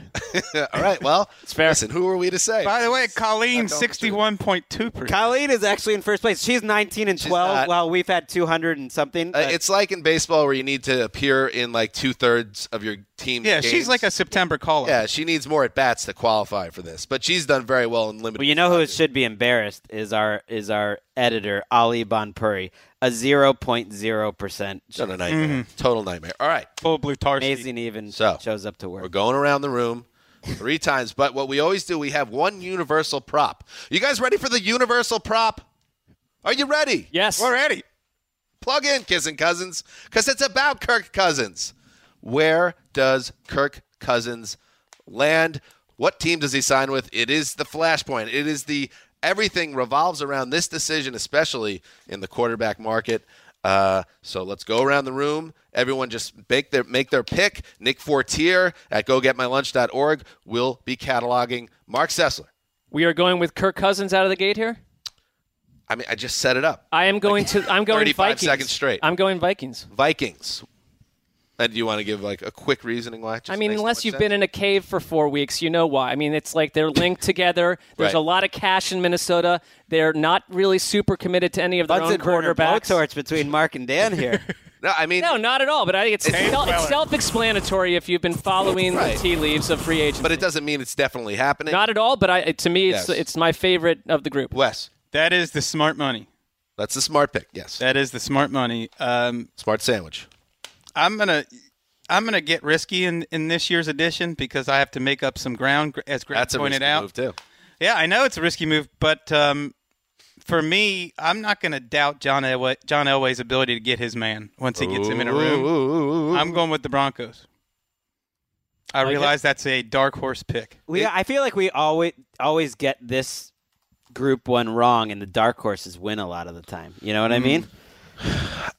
Speaker 2: all right. Well, it's
Speaker 4: fair.
Speaker 2: Listen, who are we to say?
Speaker 6: By the way, Colleen,
Speaker 2: don't-
Speaker 6: sixty-one point two percent.
Speaker 3: Colleen is actually in first place. She's 19 and 12,
Speaker 2: not.
Speaker 3: while we've had 200 and something.
Speaker 2: Uh, it's like in baseball where you need to appear in like two thirds of your team.
Speaker 6: Yeah, she's like a September call-up.
Speaker 2: Yeah, she needs more at bats to qualify for this, but she's done very well in limited.
Speaker 3: Well, you know who should be embarrassed is our is our editor Ali Bonpuri, a 0.0 percent.
Speaker 2: What a nightmare.
Speaker 3: Mm-hmm.
Speaker 2: Total nightmare. All right.
Speaker 6: Full blue tar.
Speaker 3: Amazing, even
Speaker 2: So,
Speaker 3: shows up to work.
Speaker 2: We're going around the room three times, but what we always do, we have one universal prop. You guys ready for the universal prop? Are you ready?
Speaker 4: yes,
Speaker 6: Already.
Speaker 2: Plug in, Kissing Cousins, because it's about Kirk Cousins. Where does Kirk Cousins land? What team does he sign with? It is the flashpoint. It is the everything revolves around this decision, especially in the quarterback market. Uh, so let's go around the room. Everyone just make their make their pick. Nick Fortier at gogetmylunch.org will be cataloging Mark Sessler.
Speaker 4: we are going with Kirk Cousins out of the gate here.
Speaker 2: I mean, I just set it up.
Speaker 4: I am going to. I'm going
Speaker 2: 35
Speaker 4: Vikings.
Speaker 2: seconds straight.
Speaker 4: I'm going Vikings.
Speaker 2: Vikings. And do you want to give like a quick reasoning why? It just
Speaker 4: I mean,
Speaker 2: makes so
Speaker 4: unless
Speaker 2: much
Speaker 4: you've
Speaker 2: sense?
Speaker 4: been in a cave for four weeks, you know why. I mean, it's like they're
Speaker 2: [laughs]
Speaker 4: linked together. There's
Speaker 2: Right.
Speaker 4: a lot of cash in Minnesota. They're not really super committed to any of their own
Speaker 3: Bunsen burner
Speaker 4: quarterbacks.
Speaker 3: blowtorch between Mark and Dan here.
Speaker 2: No, I mean,
Speaker 4: No, not at all. But I think it's, self, it's self-explanatory if you've been following
Speaker 2: Right.
Speaker 4: the tea leaves of free agency.
Speaker 2: but it doesn't mean it's definitely happening.
Speaker 4: not at all. But I, to me, it's
Speaker 2: Yes.
Speaker 4: it's my favorite of the group.
Speaker 2: Wes.
Speaker 6: That is the smart money.
Speaker 2: That's the smart pick. Yes,
Speaker 6: That is the smart money. Um,
Speaker 2: smart sandwich.
Speaker 6: I'm gonna. [laughs] I'm gonna get risky in, in this year's edition because I have to make up some ground, gr- as Greg
Speaker 2: That's a
Speaker 6: pointed
Speaker 2: risky
Speaker 6: out.
Speaker 2: move too.
Speaker 6: Yeah, I know it's a risky move, but um, for me, I'm not going to doubt John Elway, John Elway's ability to get his man once he gets him in a room. I'm going with the Broncos. I
Speaker 4: Like it?
Speaker 6: realize that's a dark horse pick.
Speaker 3: we, I feel like we always always get this group one wrong, and the dark horses win a lot of the time. You know what I
Speaker 6: Mm.
Speaker 3: mean?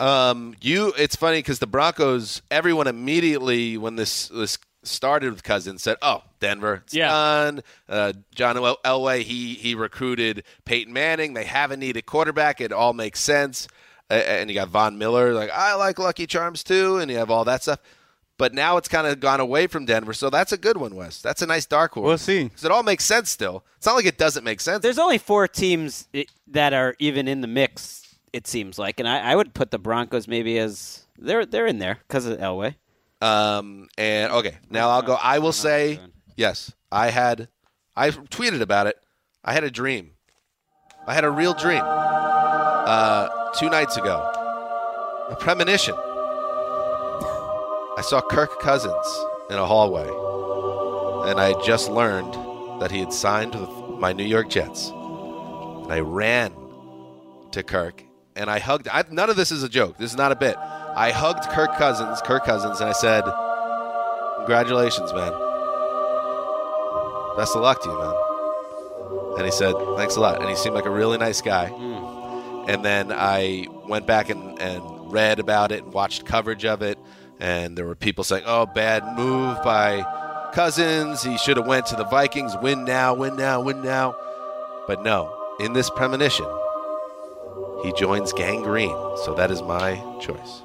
Speaker 2: Um, you. It's funny because the Broncos. Everyone immediately when this this started with Cousins said, "Oh, Denver, it's
Speaker 4: Yeah.
Speaker 2: done." Uh, John El- Elway. He he recruited Peyton Manning. They haven't needed quarterback. It all makes sense. Uh, and you got Von Miller. Like I like Lucky Charms too, and you have all that stuff. But now it's kind of gone away from Denver, so that's a good one, Wes. That's a nice dark horse.
Speaker 6: We'll see.
Speaker 2: 'Cause it all makes sense still. It's not like it doesn't make sense.
Speaker 3: There's only four teams i- that are even in the mix. It seems like, and I, I would put the Broncos maybe as they're they're in there because of Elway.
Speaker 2: Um, and okay, now I'll go. I will say yes. I had, I tweeted about it. I had a dream. I had a real dream. Uh, two nights ago, a premonition. I saw Kirk Cousins in a hallway, and I had just learned that he had signed with my New York Jets. And I ran to Kirk and I hugged. I, none of this is a joke. This is not a bit. I hugged Kirk Cousins, Kirk Cousins, and I said, "Congratulations, man. Best of luck to you, man." And he said, "Thanks a lot." And he seemed like a really nice guy. And then I went back and, and read about it and watched coverage of it. And there were people saying, "Oh, bad move by Cousins. He should have went to the Vikings. Win now, win now, win now." But no, in this premonition, he joins Gang Green. So that is my choice.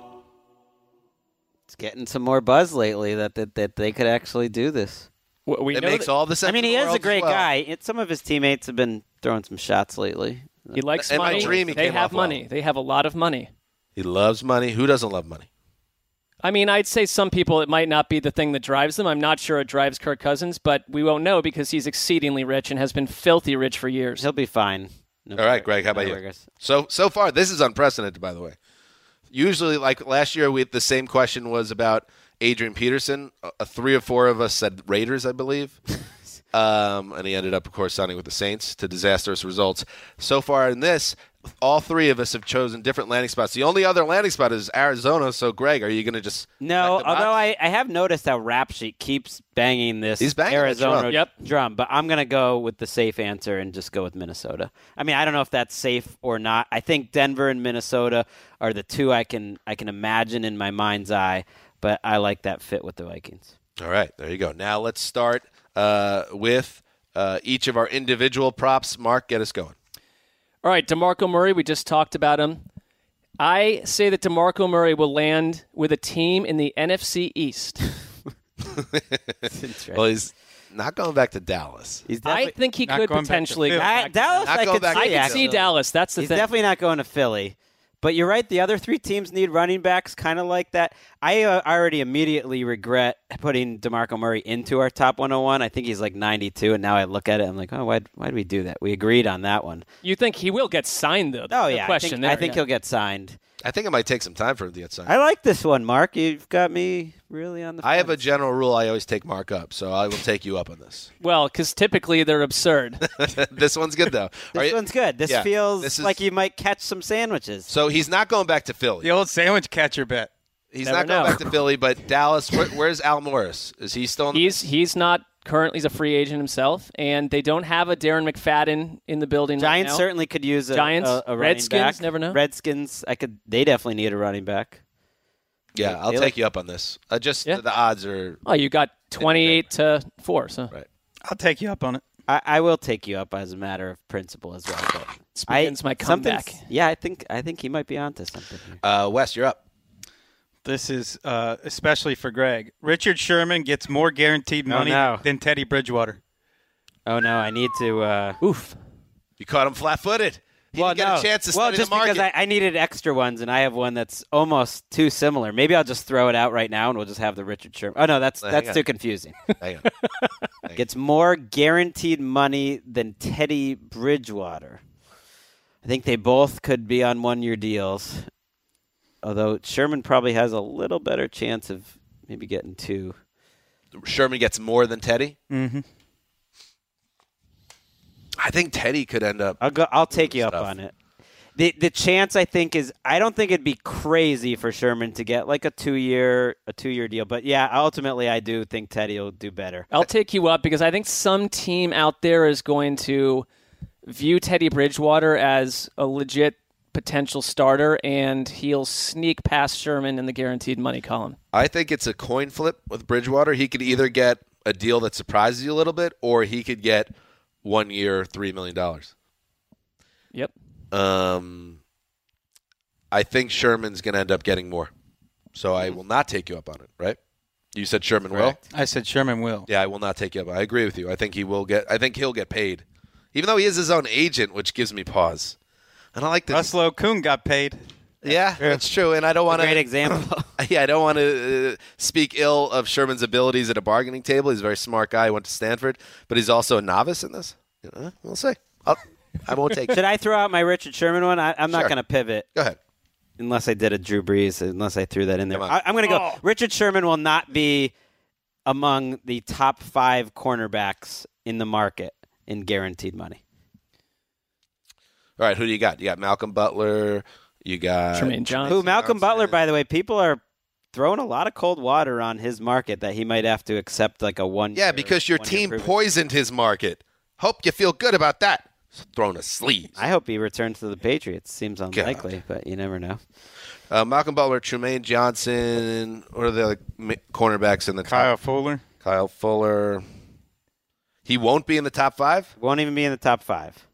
Speaker 3: It's getting some more buzz lately that that, that they could actually do this.
Speaker 4: W- We
Speaker 2: it
Speaker 4: know
Speaker 2: makes
Speaker 4: that-
Speaker 2: all the sense.
Speaker 3: I mean,
Speaker 2: in
Speaker 3: he
Speaker 2: the
Speaker 3: is
Speaker 2: world
Speaker 3: a
Speaker 2: as
Speaker 3: great
Speaker 2: well.
Speaker 3: guy. It, some of his teammates have been throwing some shots lately.
Speaker 4: He likes
Speaker 2: In my
Speaker 4: money.
Speaker 2: dream, he
Speaker 4: they
Speaker 2: came
Speaker 4: have
Speaker 2: off well.
Speaker 4: money. They have a lot of money.
Speaker 2: He loves money. Who doesn't love money?
Speaker 4: I mean, I'd say some people it might not be the thing that drives them. I'm not sure it drives Kirk Cousins, but we won't know because he's exceedingly rich and has been filthy rich for years.
Speaker 3: He'll be fine.
Speaker 2: All right, Greg, how about
Speaker 3: no
Speaker 2: you?
Speaker 3: worries.
Speaker 2: So so far, this is unprecedented, by the way. Usually, like last year, we the same question was about Adrian Peterson. Uh, uh, three or four of us said Raiders, I
Speaker 3: [laughs]
Speaker 2: believe, um, and he ended up, of course, signing with the Saints to disastrous results. So far in this, all three of us have chosen different landing spots. The only other landing spot is Arizona. So, Greg, are you going to just
Speaker 3: No, although I, I have noticed how Rap Sheet keeps banging this
Speaker 2: He's banging the
Speaker 3: Arizona
Speaker 2: drum.
Speaker 4: Yep.
Speaker 3: drum, but I'm going to go with the safe answer and just go with Minnesota. I mean, I don't know if that's safe or not. I think Denver and Minnesota are the two I can I can imagine in my mind's eye, but I like that fit with the Vikings.
Speaker 2: All right, there you go. Now let's start uh, with uh, each of our individual props. Mark, get us going.
Speaker 4: All right, DeMarco Murray, we just talked about him. I say that DeMarco Murray will land with a team in the NFC
Speaker 3: [laughs]
Speaker 4: East.
Speaker 2: Well, he's not going back to Dallas.
Speaker 3: He's
Speaker 4: I
Speaker 3: definitely-
Speaker 4: think he
Speaker 6: Not
Speaker 4: could
Speaker 6: going back to
Speaker 4: potentially.
Speaker 6: Philly.
Speaker 4: I,
Speaker 3: I, Dallas,
Speaker 2: Not
Speaker 3: I
Speaker 2: going
Speaker 3: could
Speaker 2: back to
Speaker 3: see,
Speaker 2: Philly.
Speaker 4: can
Speaker 3: actually.
Speaker 4: see Dallas. That's the
Speaker 3: He's
Speaker 4: thing.
Speaker 3: definitely not going to Philly. But you're right. The other three teams need running backs, kind of like that. I uh, already immediately regret putting Demarco Murray into our top 101. I think he's like 92, and now I look at it, I'm like, oh, why why did we do that? We agreed on that one.
Speaker 4: you think he will get signed though?
Speaker 3: Oh
Speaker 4: The
Speaker 3: yeah, I
Speaker 4: question
Speaker 3: think,
Speaker 4: there,
Speaker 3: I think
Speaker 4: yeah.
Speaker 3: he'll get signed.
Speaker 2: I think it might take some time for him to get signed.
Speaker 3: I like this one, Mark. You've got me really on the.
Speaker 2: I have a
Speaker 3: fence.
Speaker 2: general rule. I always take Mark up, so I will take you up on this. [laughs]
Speaker 4: Well, because typically they're
Speaker 3: [laughs]
Speaker 4: absurd.
Speaker 2: this one's good though. Are
Speaker 3: This
Speaker 2: you-
Speaker 3: one's good. This
Speaker 2: Yeah,
Speaker 3: feels
Speaker 2: this is-
Speaker 3: like you might catch some sandwiches.
Speaker 2: So he's not going back to
Speaker 6: The
Speaker 2: Philly.
Speaker 6: old sandwich catcher bet.
Speaker 2: He's
Speaker 4: Never
Speaker 2: not going
Speaker 4: know.
Speaker 2: back to Philly, but Dallas. Where, where's Al Morris? Is he still? In the-
Speaker 4: he's he's not currently he's a free agent himself, and they don't have a Darren McFadden in the building. right
Speaker 3: Giants
Speaker 4: now.
Speaker 3: certainly could use a
Speaker 4: Giants,
Speaker 3: a, a running
Speaker 4: Redskins,
Speaker 3: back.
Speaker 4: never know.
Speaker 3: Redskins, I could. They definitely need a running back.
Speaker 2: yeah, I'll
Speaker 3: They
Speaker 2: take
Speaker 3: like-
Speaker 2: you up on this. Uh, just
Speaker 4: Yeah.
Speaker 2: the odds are
Speaker 4: Oh, you got twenty-eight to four. So
Speaker 2: right.
Speaker 6: I'll take you up on it.
Speaker 3: I, I will take you up as a matter of principle as well.
Speaker 2: [sighs]
Speaker 3: But
Speaker 4: This
Speaker 3: I,
Speaker 4: begins my
Speaker 3: something's-
Speaker 4: comeback.
Speaker 3: Yeah, I think I think he might be onto something. Here.
Speaker 2: Uh, Wes, you're up.
Speaker 6: This is uh, especially for Greg. Richard Sherman gets more
Speaker 2: Oh,
Speaker 6: guaranteed money
Speaker 3: no.
Speaker 6: than Teddy Bridgewater.
Speaker 3: Oh no, I need to. Uh,
Speaker 4: Oof.
Speaker 2: You caught him flat-footed. He
Speaker 3: well,
Speaker 2: didn't get
Speaker 3: no.
Speaker 2: a chance to
Speaker 3: well,
Speaker 2: study
Speaker 3: just
Speaker 2: the market.
Speaker 3: because I, I needed extra ones, and I have one that's almost too similar. Maybe I'll just throw it out right now, and we'll just have the Richard Sherman. Oh no, that's
Speaker 2: Hang
Speaker 3: that's
Speaker 2: on.
Speaker 3: too confusing.
Speaker 2: Hang on.
Speaker 3: gets more guaranteed money than Teddy Bridgewater. I think they both could be on one year deals. Although Sherman probably has a little better chance of maybe getting two.
Speaker 2: Sherman gets more than Teddy.
Speaker 6: Mm-hmm.
Speaker 2: I think Teddy could end up.
Speaker 3: I'll go I'll take you up
Speaker 2: Stuff.
Speaker 3: on it. The the chance I think is I don't think it'd be crazy for Sherman to get like a two year a two year deal. But yeah, ultimately I do think Teddy will do better. [laughs]
Speaker 4: I'll take you up because I think some team out there is going to view Teddy Bridgewater as a legit potential starter, and he'll sneak past Sherman in the guaranteed money column.
Speaker 2: I think it's a coin flip with Bridgewater. He could either get a deal that surprises you a little bit, or he could get one year, three million dollars.
Speaker 4: Yep.
Speaker 2: Um, I think Sherman's going to end up getting more, so I will not take you up on it. Right? You said Sherman will.
Speaker 6: Hmm. I said Sherman will.
Speaker 2: Yeah, I will not take you up. I agree with you. I think he will get. I think he'll get paid, even though he is his own agent, which gives me pause. And I like this.
Speaker 6: Russell Kuhn got paid.
Speaker 2: yeah, that's true. And I don't want
Speaker 3: Great
Speaker 2: to.
Speaker 3: example.
Speaker 2: [laughs] Yeah, I don't want to uh, speak ill of Sherman's abilities at a bargaining table. He's a very smart guy. Went to Stanford, but he's also a novice in this. Uh, we'll see. I'll, I won't
Speaker 3: [laughs]
Speaker 2: take.
Speaker 3: Should
Speaker 2: it.
Speaker 3: I throw out my Richard Sherman one? I, I'm not
Speaker 2: Sure.
Speaker 3: going to pivot.
Speaker 2: Go ahead.
Speaker 3: unless I did a Drew Brees, unless I threw that in there.
Speaker 2: Come on.
Speaker 3: I, am going to go. Richard Sherman will not be among the top five cornerbacks in the market in guaranteed money.
Speaker 2: All right, who do you got? You got Malcolm Butler. You got
Speaker 4: Jermaine Johnson.
Speaker 3: Uh, Who Malcolm
Speaker 2: Johnson.
Speaker 3: Butler, by the way, people are throwing a lot of cold water on his market that he might have to accept like a one.
Speaker 2: Yeah, because your team poisoned his market. Hope you feel good about that. Thrown a sleeve.
Speaker 3: I hope he returns to the Patriots. Seems unlikely, but you never know.
Speaker 2: Uh, Malcolm Butler, Tremaine Johnson. What are the other m- cornerbacks in the
Speaker 6: Kyle
Speaker 2: top?
Speaker 6: Fuller.
Speaker 2: Kyle Fuller. He won't be in the top five.
Speaker 3: Won't even be in the top
Speaker 2: [clears throat]
Speaker 3: five.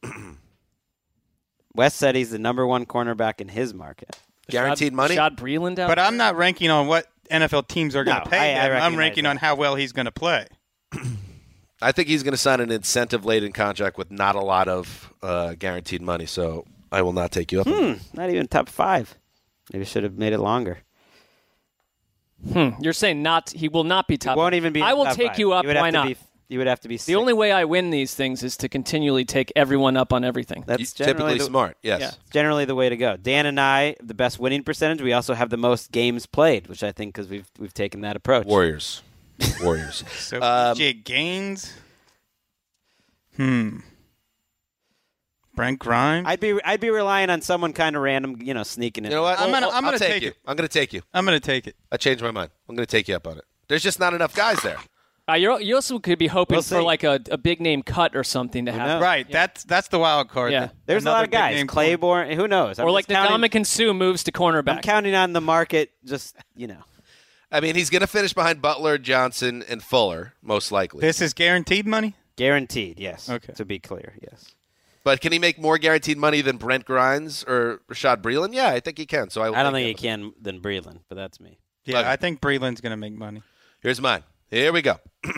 Speaker 3: West said he's the number one cornerback in his market.
Speaker 2: Guaranteed money.
Speaker 4: Shot Breland out.
Speaker 6: But I'm not ranking on what NFL teams are going to
Speaker 3: No,
Speaker 6: pay
Speaker 3: I- I
Speaker 6: him. I'm
Speaker 3: recognize
Speaker 6: ranking
Speaker 3: that.
Speaker 6: on how well he's going to play.
Speaker 2: I think he's going to sign an incentive laden contract with not a lot of uh, guaranteed money. So I will not take you up. on
Speaker 3: Hmm,
Speaker 2: that.
Speaker 3: not even top five. Maybe should have made it longer.
Speaker 4: Hmm. You're saying not? He will not be top.
Speaker 3: Won't even be.
Speaker 4: I will
Speaker 3: top
Speaker 4: take
Speaker 3: five.
Speaker 4: you up.
Speaker 3: would
Speaker 4: why
Speaker 3: have to
Speaker 4: not?
Speaker 3: Be, you would have to be.
Speaker 4: the only way I win these things is to continually take everyone up on everything.
Speaker 3: That's generally the-
Speaker 4: Yeah.
Speaker 3: it's generally the way to go. Dan and I, the best winning percentage. We also have the most games played, which I think because we've we've taken that approach.
Speaker 2: Warriors, Warriors.
Speaker 6: [laughs]
Speaker 2: Uh,
Speaker 6: So Jay Gaines. Hmm. Brent Grimes.
Speaker 3: I'd be I'd be relying on someone kind of random, you know, sneaking in.
Speaker 2: You know what?
Speaker 6: I'm gonna- I'm
Speaker 2: I'll
Speaker 6: gonna take
Speaker 2: you.
Speaker 6: it.
Speaker 2: I'm going to take you.
Speaker 6: I'm going to take it.
Speaker 2: I changed my mind. I'm going to take you up on it. There's just not enough guys there.
Speaker 4: Uh, you're, you also could be hoping
Speaker 2: We'll
Speaker 4: for
Speaker 2: see.
Speaker 4: like a, a big name cut or something to happen.
Speaker 6: Right. That's that's the wild card.
Speaker 4: Yeah.
Speaker 3: There's a lot of guys. Claiborne. Who knows? I'm
Speaker 4: Or like
Speaker 3: just counting-
Speaker 4: Ndamukong Sue moves to cornerback.
Speaker 3: I'm counting on the market. Just you know,
Speaker 2: I mean, he's going to finish behind Butler, Johnson, and Fuller, most likely.
Speaker 6: This is guaranteed money.
Speaker 3: guaranteed. Yes. Okay. To be clear, yes.
Speaker 2: But can he make more guaranteed money than Brent Grimes or Rashad Breeland? Yeah, I think he can. So I, will
Speaker 3: I don't
Speaker 2: take
Speaker 3: think he
Speaker 2: that.
Speaker 3: can than Breland, but that's me.
Speaker 6: Yeah, I think Breland's going to make money.
Speaker 2: Here's mine. Here we go. [clears throat]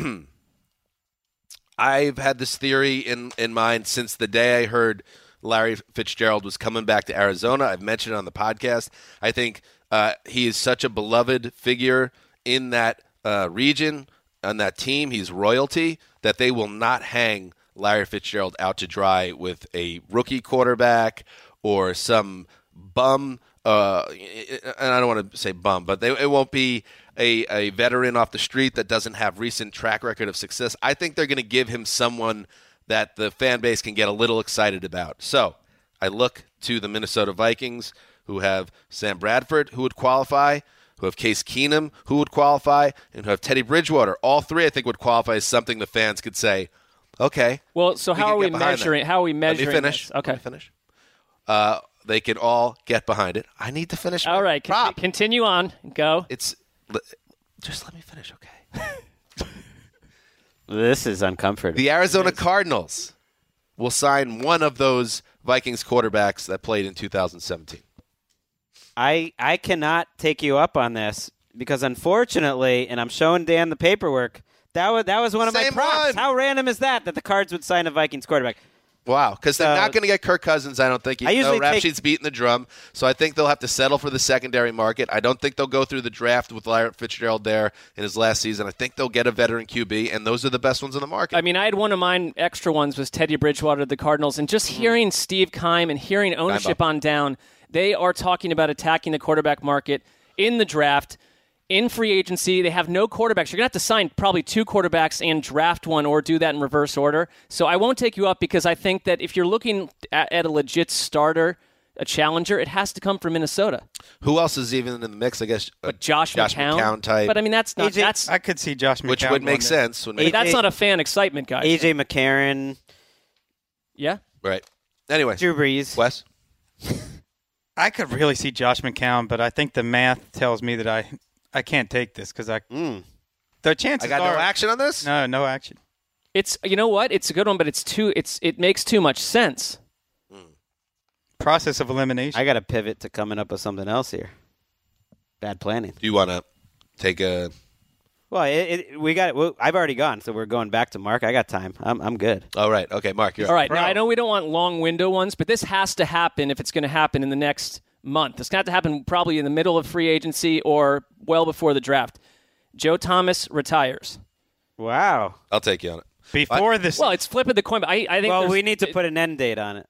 Speaker 2: I've had this theory in, in mind since the day I heard Larry Fitzgerald was coming back to Arizona. I've mentioned it on the podcast. I think uh, he is such a beloved figure in that uh, region, on that team. He's royalty that they will not hang Larry Fitzgerald out to dry with a rookie quarterback or some bum. Uh, and I don't want to say bum, but they, it won't be a, a veteran off the street that doesn't have recent track record of success. I think they're going to give him someone that the fan base can get a little excited about. So I look to the Minnesota Vikings, who have Sam Bradford, who would qualify, who have Case Keenum, who would qualify, and who have Teddy Bridgewater. All three, I think, would qualify as something the fans could say, okay.
Speaker 4: Well, so
Speaker 2: can
Speaker 4: how
Speaker 2: get
Speaker 4: are we
Speaker 2: behind that.
Speaker 4: measuring? How are we
Speaker 2: Let me
Speaker 4: measuring?
Speaker 2: finish.
Speaker 4: this? Okay.
Speaker 2: Let me finish. Uh, they can all get behind it. I need to finish.
Speaker 4: All right. con- continue on. Go.
Speaker 2: It's l- just let me finish, okay?
Speaker 3: This is uncomfortable.
Speaker 2: The Arizona Cardinals will sign one of those Vikings quarterbacks that played in 2017.
Speaker 3: I I cannot take you up on this because unfortunately, and I'm showing Dan the paperwork. That was that was one of
Speaker 2: Same
Speaker 3: my
Speaker 2: one.
Speaker 3: props. How random is that that the Cards would sign a Vikings quarterback?
Speaker 2: Wow, because they're
Speaker 3: So-
Speaker 4: Uh,
Speaker 2: not going to get Kirk Cousins. I don't think.
Speaker 3: I
Speaker 2: I usually
Speaker 3: usually
Speaker 2: though Rap
Speaker 3: take-
Speaker 2: Sheet's beating the drum, so I think they'll have to settle for the secondary market. I don't think they'll go through the draft with Larry Fitzgerald there in his last season. I think they'll get a veteran QB, and those are the best ones in the market.
Speaker 4: I mean, I had one of mine extra ones was Teddy Bridgewater, of the Cardinals, and just hearing Steve Kime and hearing ownership on down, they are talking about attacking the quarterback market in the draft, in free agency. They have no quarterbacks. You're gonna have to sign probably two quarterbacks and draft one, or do that in reverse order. So I won't take you up because I think that if you're looking at, at a legit starter, a challenger, it has to come from Minnesota.
Speaker 2: Who else is even in the mix? I guess. But
Speaker 4: Josh, McCown.
Speaker 2: type.
Speaker 4: But I mean, that's not that's
Speaker 6: I could see Josh McCown.
Speaker 2: Which would make
Speaker 6: going there.
Speaker 2: sense. Would
Speaker 4: but
Speaker 2: make-
Speaker 4: that's not a fan excitement guy.
Speaker 3: AJ McCarron,
Speaker 4: Yeah.
Speaker 2: right. Anyway,
Speaker 3: Drew Brees.
Speaker 2: Wes.
Speaker 6: I could really see Josh McCown, but I think the math tells me that I I can't take this because I the chances
Speaker 2: I got
Speaker 6: are
Speaker 2: no action on this.
Speaker 6: no no action.
Speaker 4: It's you know what? It's a good one, but it's too it's it makes too much sense.
Speaker 6: Process of elimination.
Speaker 3: I got to pivot to coming up with something else here. Bad planning.
Speaker 2: Do you want to take a?
Speaker 3: Well, it, it, we got. Well, I've already gone, so we're going back to Mark. I got time. I'm I'm good.
Speaker 2: All right. Okay, Mark. You're
Speaker 4: All right. Now I know we don't want long window ones, but this has to happen if it's going to happen in the next month. It's going to have to happen probably in the middle of free agency or well before the draft. Joe Thomas retires.
Speaker 3: Wow.
Speaker 2: I'll take you on it.
Speaker 6: Before this,
Speaker 4: Well, it's flipping the coin. But I, I think.
Speaker 3: Well,
Speaker 4: there's-
Speaker 3: we need to put an end date on it.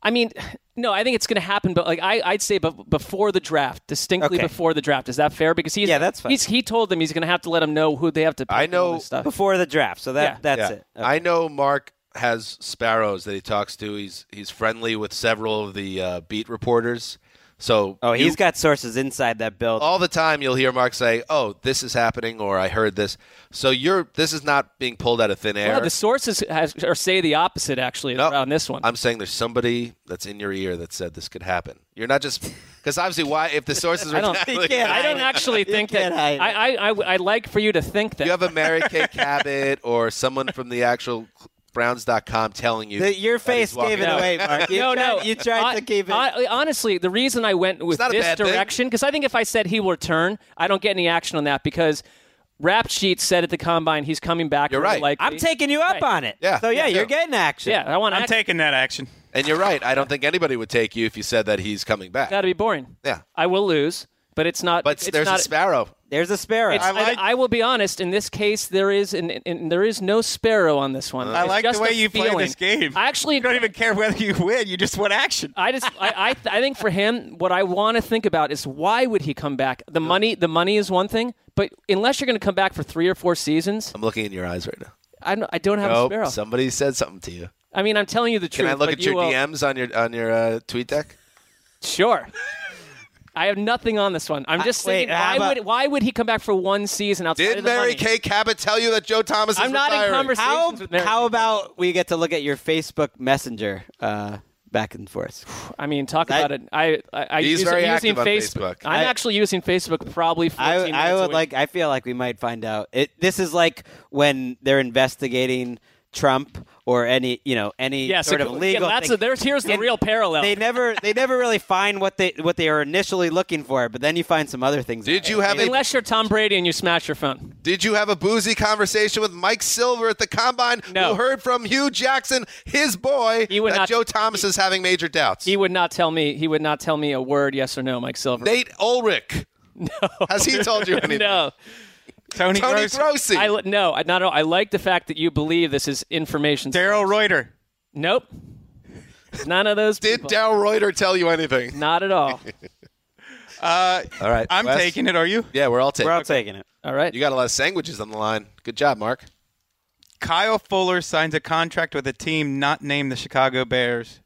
Speaker 4: I mean, [laughs] no, I think it's going to happen, but like I, I'd say, but before the draft, distinctly
Speaker 3: Okay.
Speaker 4: before the draft, is that fair? Because he's
Speaker 3: Yeah, that's fine.
Speaker 4: He's, he told them he's going to have to let them know who they have to. Pick
Speaker 2: I
Speaker 4: and all
Speaker 2: know-
Speaker 4: this stuff.
Speaker 3: before the draft. So that
Speaker 4: Yeah.
Speaker 3: that's
Speaker 2: Yeah.
Speaker 3: it.
Speaker 2: I know Mark has sparrows that he talks to. He's he's friendly with several of the uh, beat reporters. So
Speaker 3: Oh, he's
Speaker 2: you-
Speaker 3: got sources inside that building.
Speaker 2: all the time you'll hear Mark say, "Oh, this is happening," or "I heard this." So you're this is not being pulled out of thin air.
Speaker 4: Well, the sources has, or say the opposite actually on this one.
Speaker 2: I'm saying there's somebody that's in your ear that said this could happen. You're not just because obviously why if the sources are
Speaker 4: I don't.
Speaker 2: telling-
Speaker 4: I
Speaker 2: [laughs]
Speaker 4: don't actually think that. I,
Speaker 3: hide
Speaker 4: I, I, I'd like for you to think that.
Speaker 2: you have a Mary Kay Cabot or someone from the actual Browns.com telling you
Speaker 3: The- your
Speaker 2: that he's
Speaker 3: face
Speaker 2: walking
Speaker 3: gave it
Speaker 2: out.
Speaker 3: away,
Speaker 4: [laughs]
Speaker 3: Mark.
Speaker 4: [laughs]
Speaker 3: You
Speaker 4: no,
Speaker 3: tried,
Speaker 4: no.
Speaker 3: You tried
Speaker 4: I-
Speaker 3: to keep it.
Speaker 4: I- honestly, the reason I went with
Speaker 2: not a
Speaker 4: this
Speaker 2: bad thing.
Speaker 4: direction because I think if I said he will return, I don't get any action on that because Rap sheet said at the combine he's coming back.
Speaker 2: You're
Speaker 4: more
Speaker 2: right.
Speaker 4: likely.
Speaker 2: I'm taking
Speaker 3: you up on it.
Speaker 2: Yeah.
Speaker 3: So yeah,
Speaker 2: Me
Speaker 3: you're
Speaker 2: too.
Speaker 3: getting action.
Speaker 4: Yeah, I want.
Speaker 6: I'm
Speaker 4: act-
Speaker 6: taking that action.
Speaker 2: And you're right. I don't think anybody would take you if you said that he's coming back.
Speaker 4: That'd be boring.
Speaker 2: Yeah.
Speaker 4: I will lose, but it's not.
Speaker 2: But
Speaker 4: it's
Speaker 2: there's
Speaker 4: not,
Speaker 2: a sparrow.
Speaker 3: There's a sparrow.
Speaker 4: It's, I,
Speaker 6: like-
Speaker 4: I will be honest. In this case, there is an, an- there is no sparrow on this
Speaker 2: Uh,
Speaker 4: one.
Speaker 6: I
Speaker 4: It's
Speaker 6: like
Speaker 4: just
Speaker 6: the way
Speaker 4: a
Speaker 6: you
Speaker 4: feeling.
Speaker 6: play this game.
Speaker 4: I actually
Speaker 6: You don't even care whether you win. You just want action.
Speaker 4: I just I I, th- I think for him, what I want to think about is why would he come back? The money the money is one thing, but unless you're going to come back for three or four seasons,
Speaker 2: I'm looking in your eyes right now.
Speaker 4: I don't, I don't have a sparrow.
Speaker 2: Nope. Somebody said something to you.
Speaker 4: I mean, I'm telling you the
Speaker 2: Can
Speaker 4: truth.
Speaker 2: I look
Speaker 4: but
Speaker 2: at your
Speaker 4: you will-
Speaker 2: DMs on your on your uh, tweet deck?
Speaker 4: Sure. I have nothing on this one. I'm just
Speaker 3: wait,
Speaker 4: saying,
Speaker 3: how
Speaker 4: why
Speaker 3: about-
Speaker 4: would why would he come back for one season outside
Speaker 2: Did
Speaker 4: of the
Speaker 2: Mary
Speaker 4: money?
Speaker 2: Kay Cabot tell you that Joe Thomas is
Speaker 4: I'm not in
Speaker 2: retiring?
Speaker 4: conversation.
Speaker 3: how
Speaker 4: with Mary
Speaker 3: how
Speaker 4: Kay.
Speaker 3: about we get to look at your Facebook Messenger uh, back and forth?
Speaker 4: I mean, talk
Speaker 3: That-
Speaker 4: about it. I I, I
Speaker 2: He's
Speaker 4: use,
Speaker 2: very
Speaker 4: I'm
Speaker 2: active
Speaker 4: using
Speaker 2: on
Speaker 4: Facebook.
Speaker 2: Facebook.
Speaker 4: I'm
Speaker 3: I-
Speaker 4: actually using Facebook probably 14
Speaker 3: I,
Speaker 4: minutes
Speaker 3: I
Speaker 4: a
Speaker 3: would
Speaker 4: week.
Speaker 3: like. I feel like we might find out. It, this is like when they're investigating Trump or any you know any
Speaker 4: yeah, so
Speaker 3: sort of
Speaker 4: yeah,
Speaker 3: legal.
Speaker 4: that's
Speaker 3: thing.
Speaker 4: a- there's here's the
Speaker 3: And
Speaker 4: real parallel.
Speaker 3: They never they never really find what they what they are initially looking for, but then you find some other things.
Speaker 2: Did you have a
Speaker 4: Unless you're Tom Brady and you smash your phone.
Speaker 2: Did you have a boozy conversation with Mike Silver at the combine?
Speaker 4: No.
Speaker 2: Who heard from Hugh Jackson, his boy,
Speaker 4: He would
Speaker 2: that
Speaker 4: not-
Speaker 2: Joe Thomas is having major doubts?
Speaker 4: He would not tell me. He would not tell me a word, yes or no, Mike Silver. [laughs]
Speaker 2: Nate Ulrich. No. Has he told you anything?
Speaker 4: no,
Speaker 6: Tony,
Speaker 2: Tony
Speaker 6: Gross,
Speaker 2: Grossi.
Speaker 4: I li- no, I, not at all. I like the fact that you believe this is information.
Speaker 6: Daryl Reuter.
Speaker 4: nope, none of
Speaker 3: [laughs]
Speaker 4: those.
Speaker 2: Did
Speaker 4: people.
Speaker 2: Daryl Reuter tell you anything?
Speaker 4: not at all.
Speaker 6: Uh,
Speaker 2: All right.
Speaker 6: I'm
Speaker 2: Wes?
Speaker 6: taking it. Are you?
Speaker 2: Yeah, we're all taking
Speaker 3: We're all
Speaker 2: it.
Speaker 3: taking it.
Speaker 4: All right,
Speaker 2: You got a lot of sandwiches on the line. Good job, Mark.
Speaker 6: Kyle Fuller signs a contract with a team not named the Chicago Bears.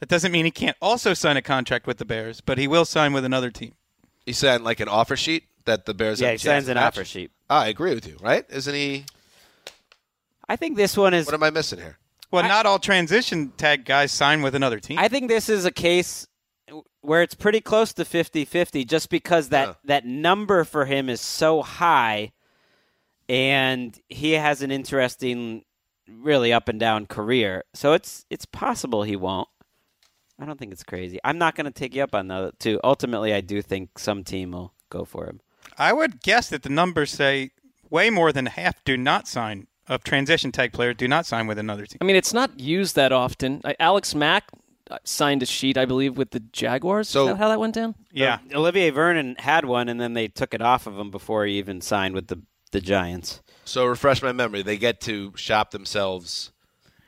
Speaker 6: That doesn't mean he can't also sign a contract with the Bears, but he will sign with another team.
Speaker 2: He sent like an offer sheet that the Bears
Speaker 3: Yeah,
Speaker 2: have
Speaker 3: he
Speaker 2: a chance
Speaker 3: signs
Speaker 2: to
Speaker 3: an
Speaker 2: match?
Speaker 3: offer sheet.
Speaker 2: I agree with you, right? Isn't he?
Speaker 3: I think this one is.
Speaker 2: What am I missing here?
Speaker 6: Well, not all transition tag guys sign with another team.
Speaker 3: I think this is a case where it's pretty close to 50-50 just because that
Speaker 2: Yeah.
Speaker 3: that number for him is so high and he has an interesting really up and down career. So it's it's possible he won't. I don't think it's crazy. I'm not going to take you up on that too. Ultimately, I do think some team will go for him.
Speaker 6: I would guess that the numbers say way more than half do not sign of transition tag players do not sign with another team.
Speaker 4: I mean it's not used that often. I, Alex Mack uh, signed a sheet, I believe, with the Jaguars.
Speaker 2: So-
Speaker 4: is that how that went down?
Speaker 6: Yeah.
Speaker 3: Olivier Vernon had one and then they took it off of him before he even signed with the the Giants.
Speaker 2: So refresh my memory. They get to shop themselves.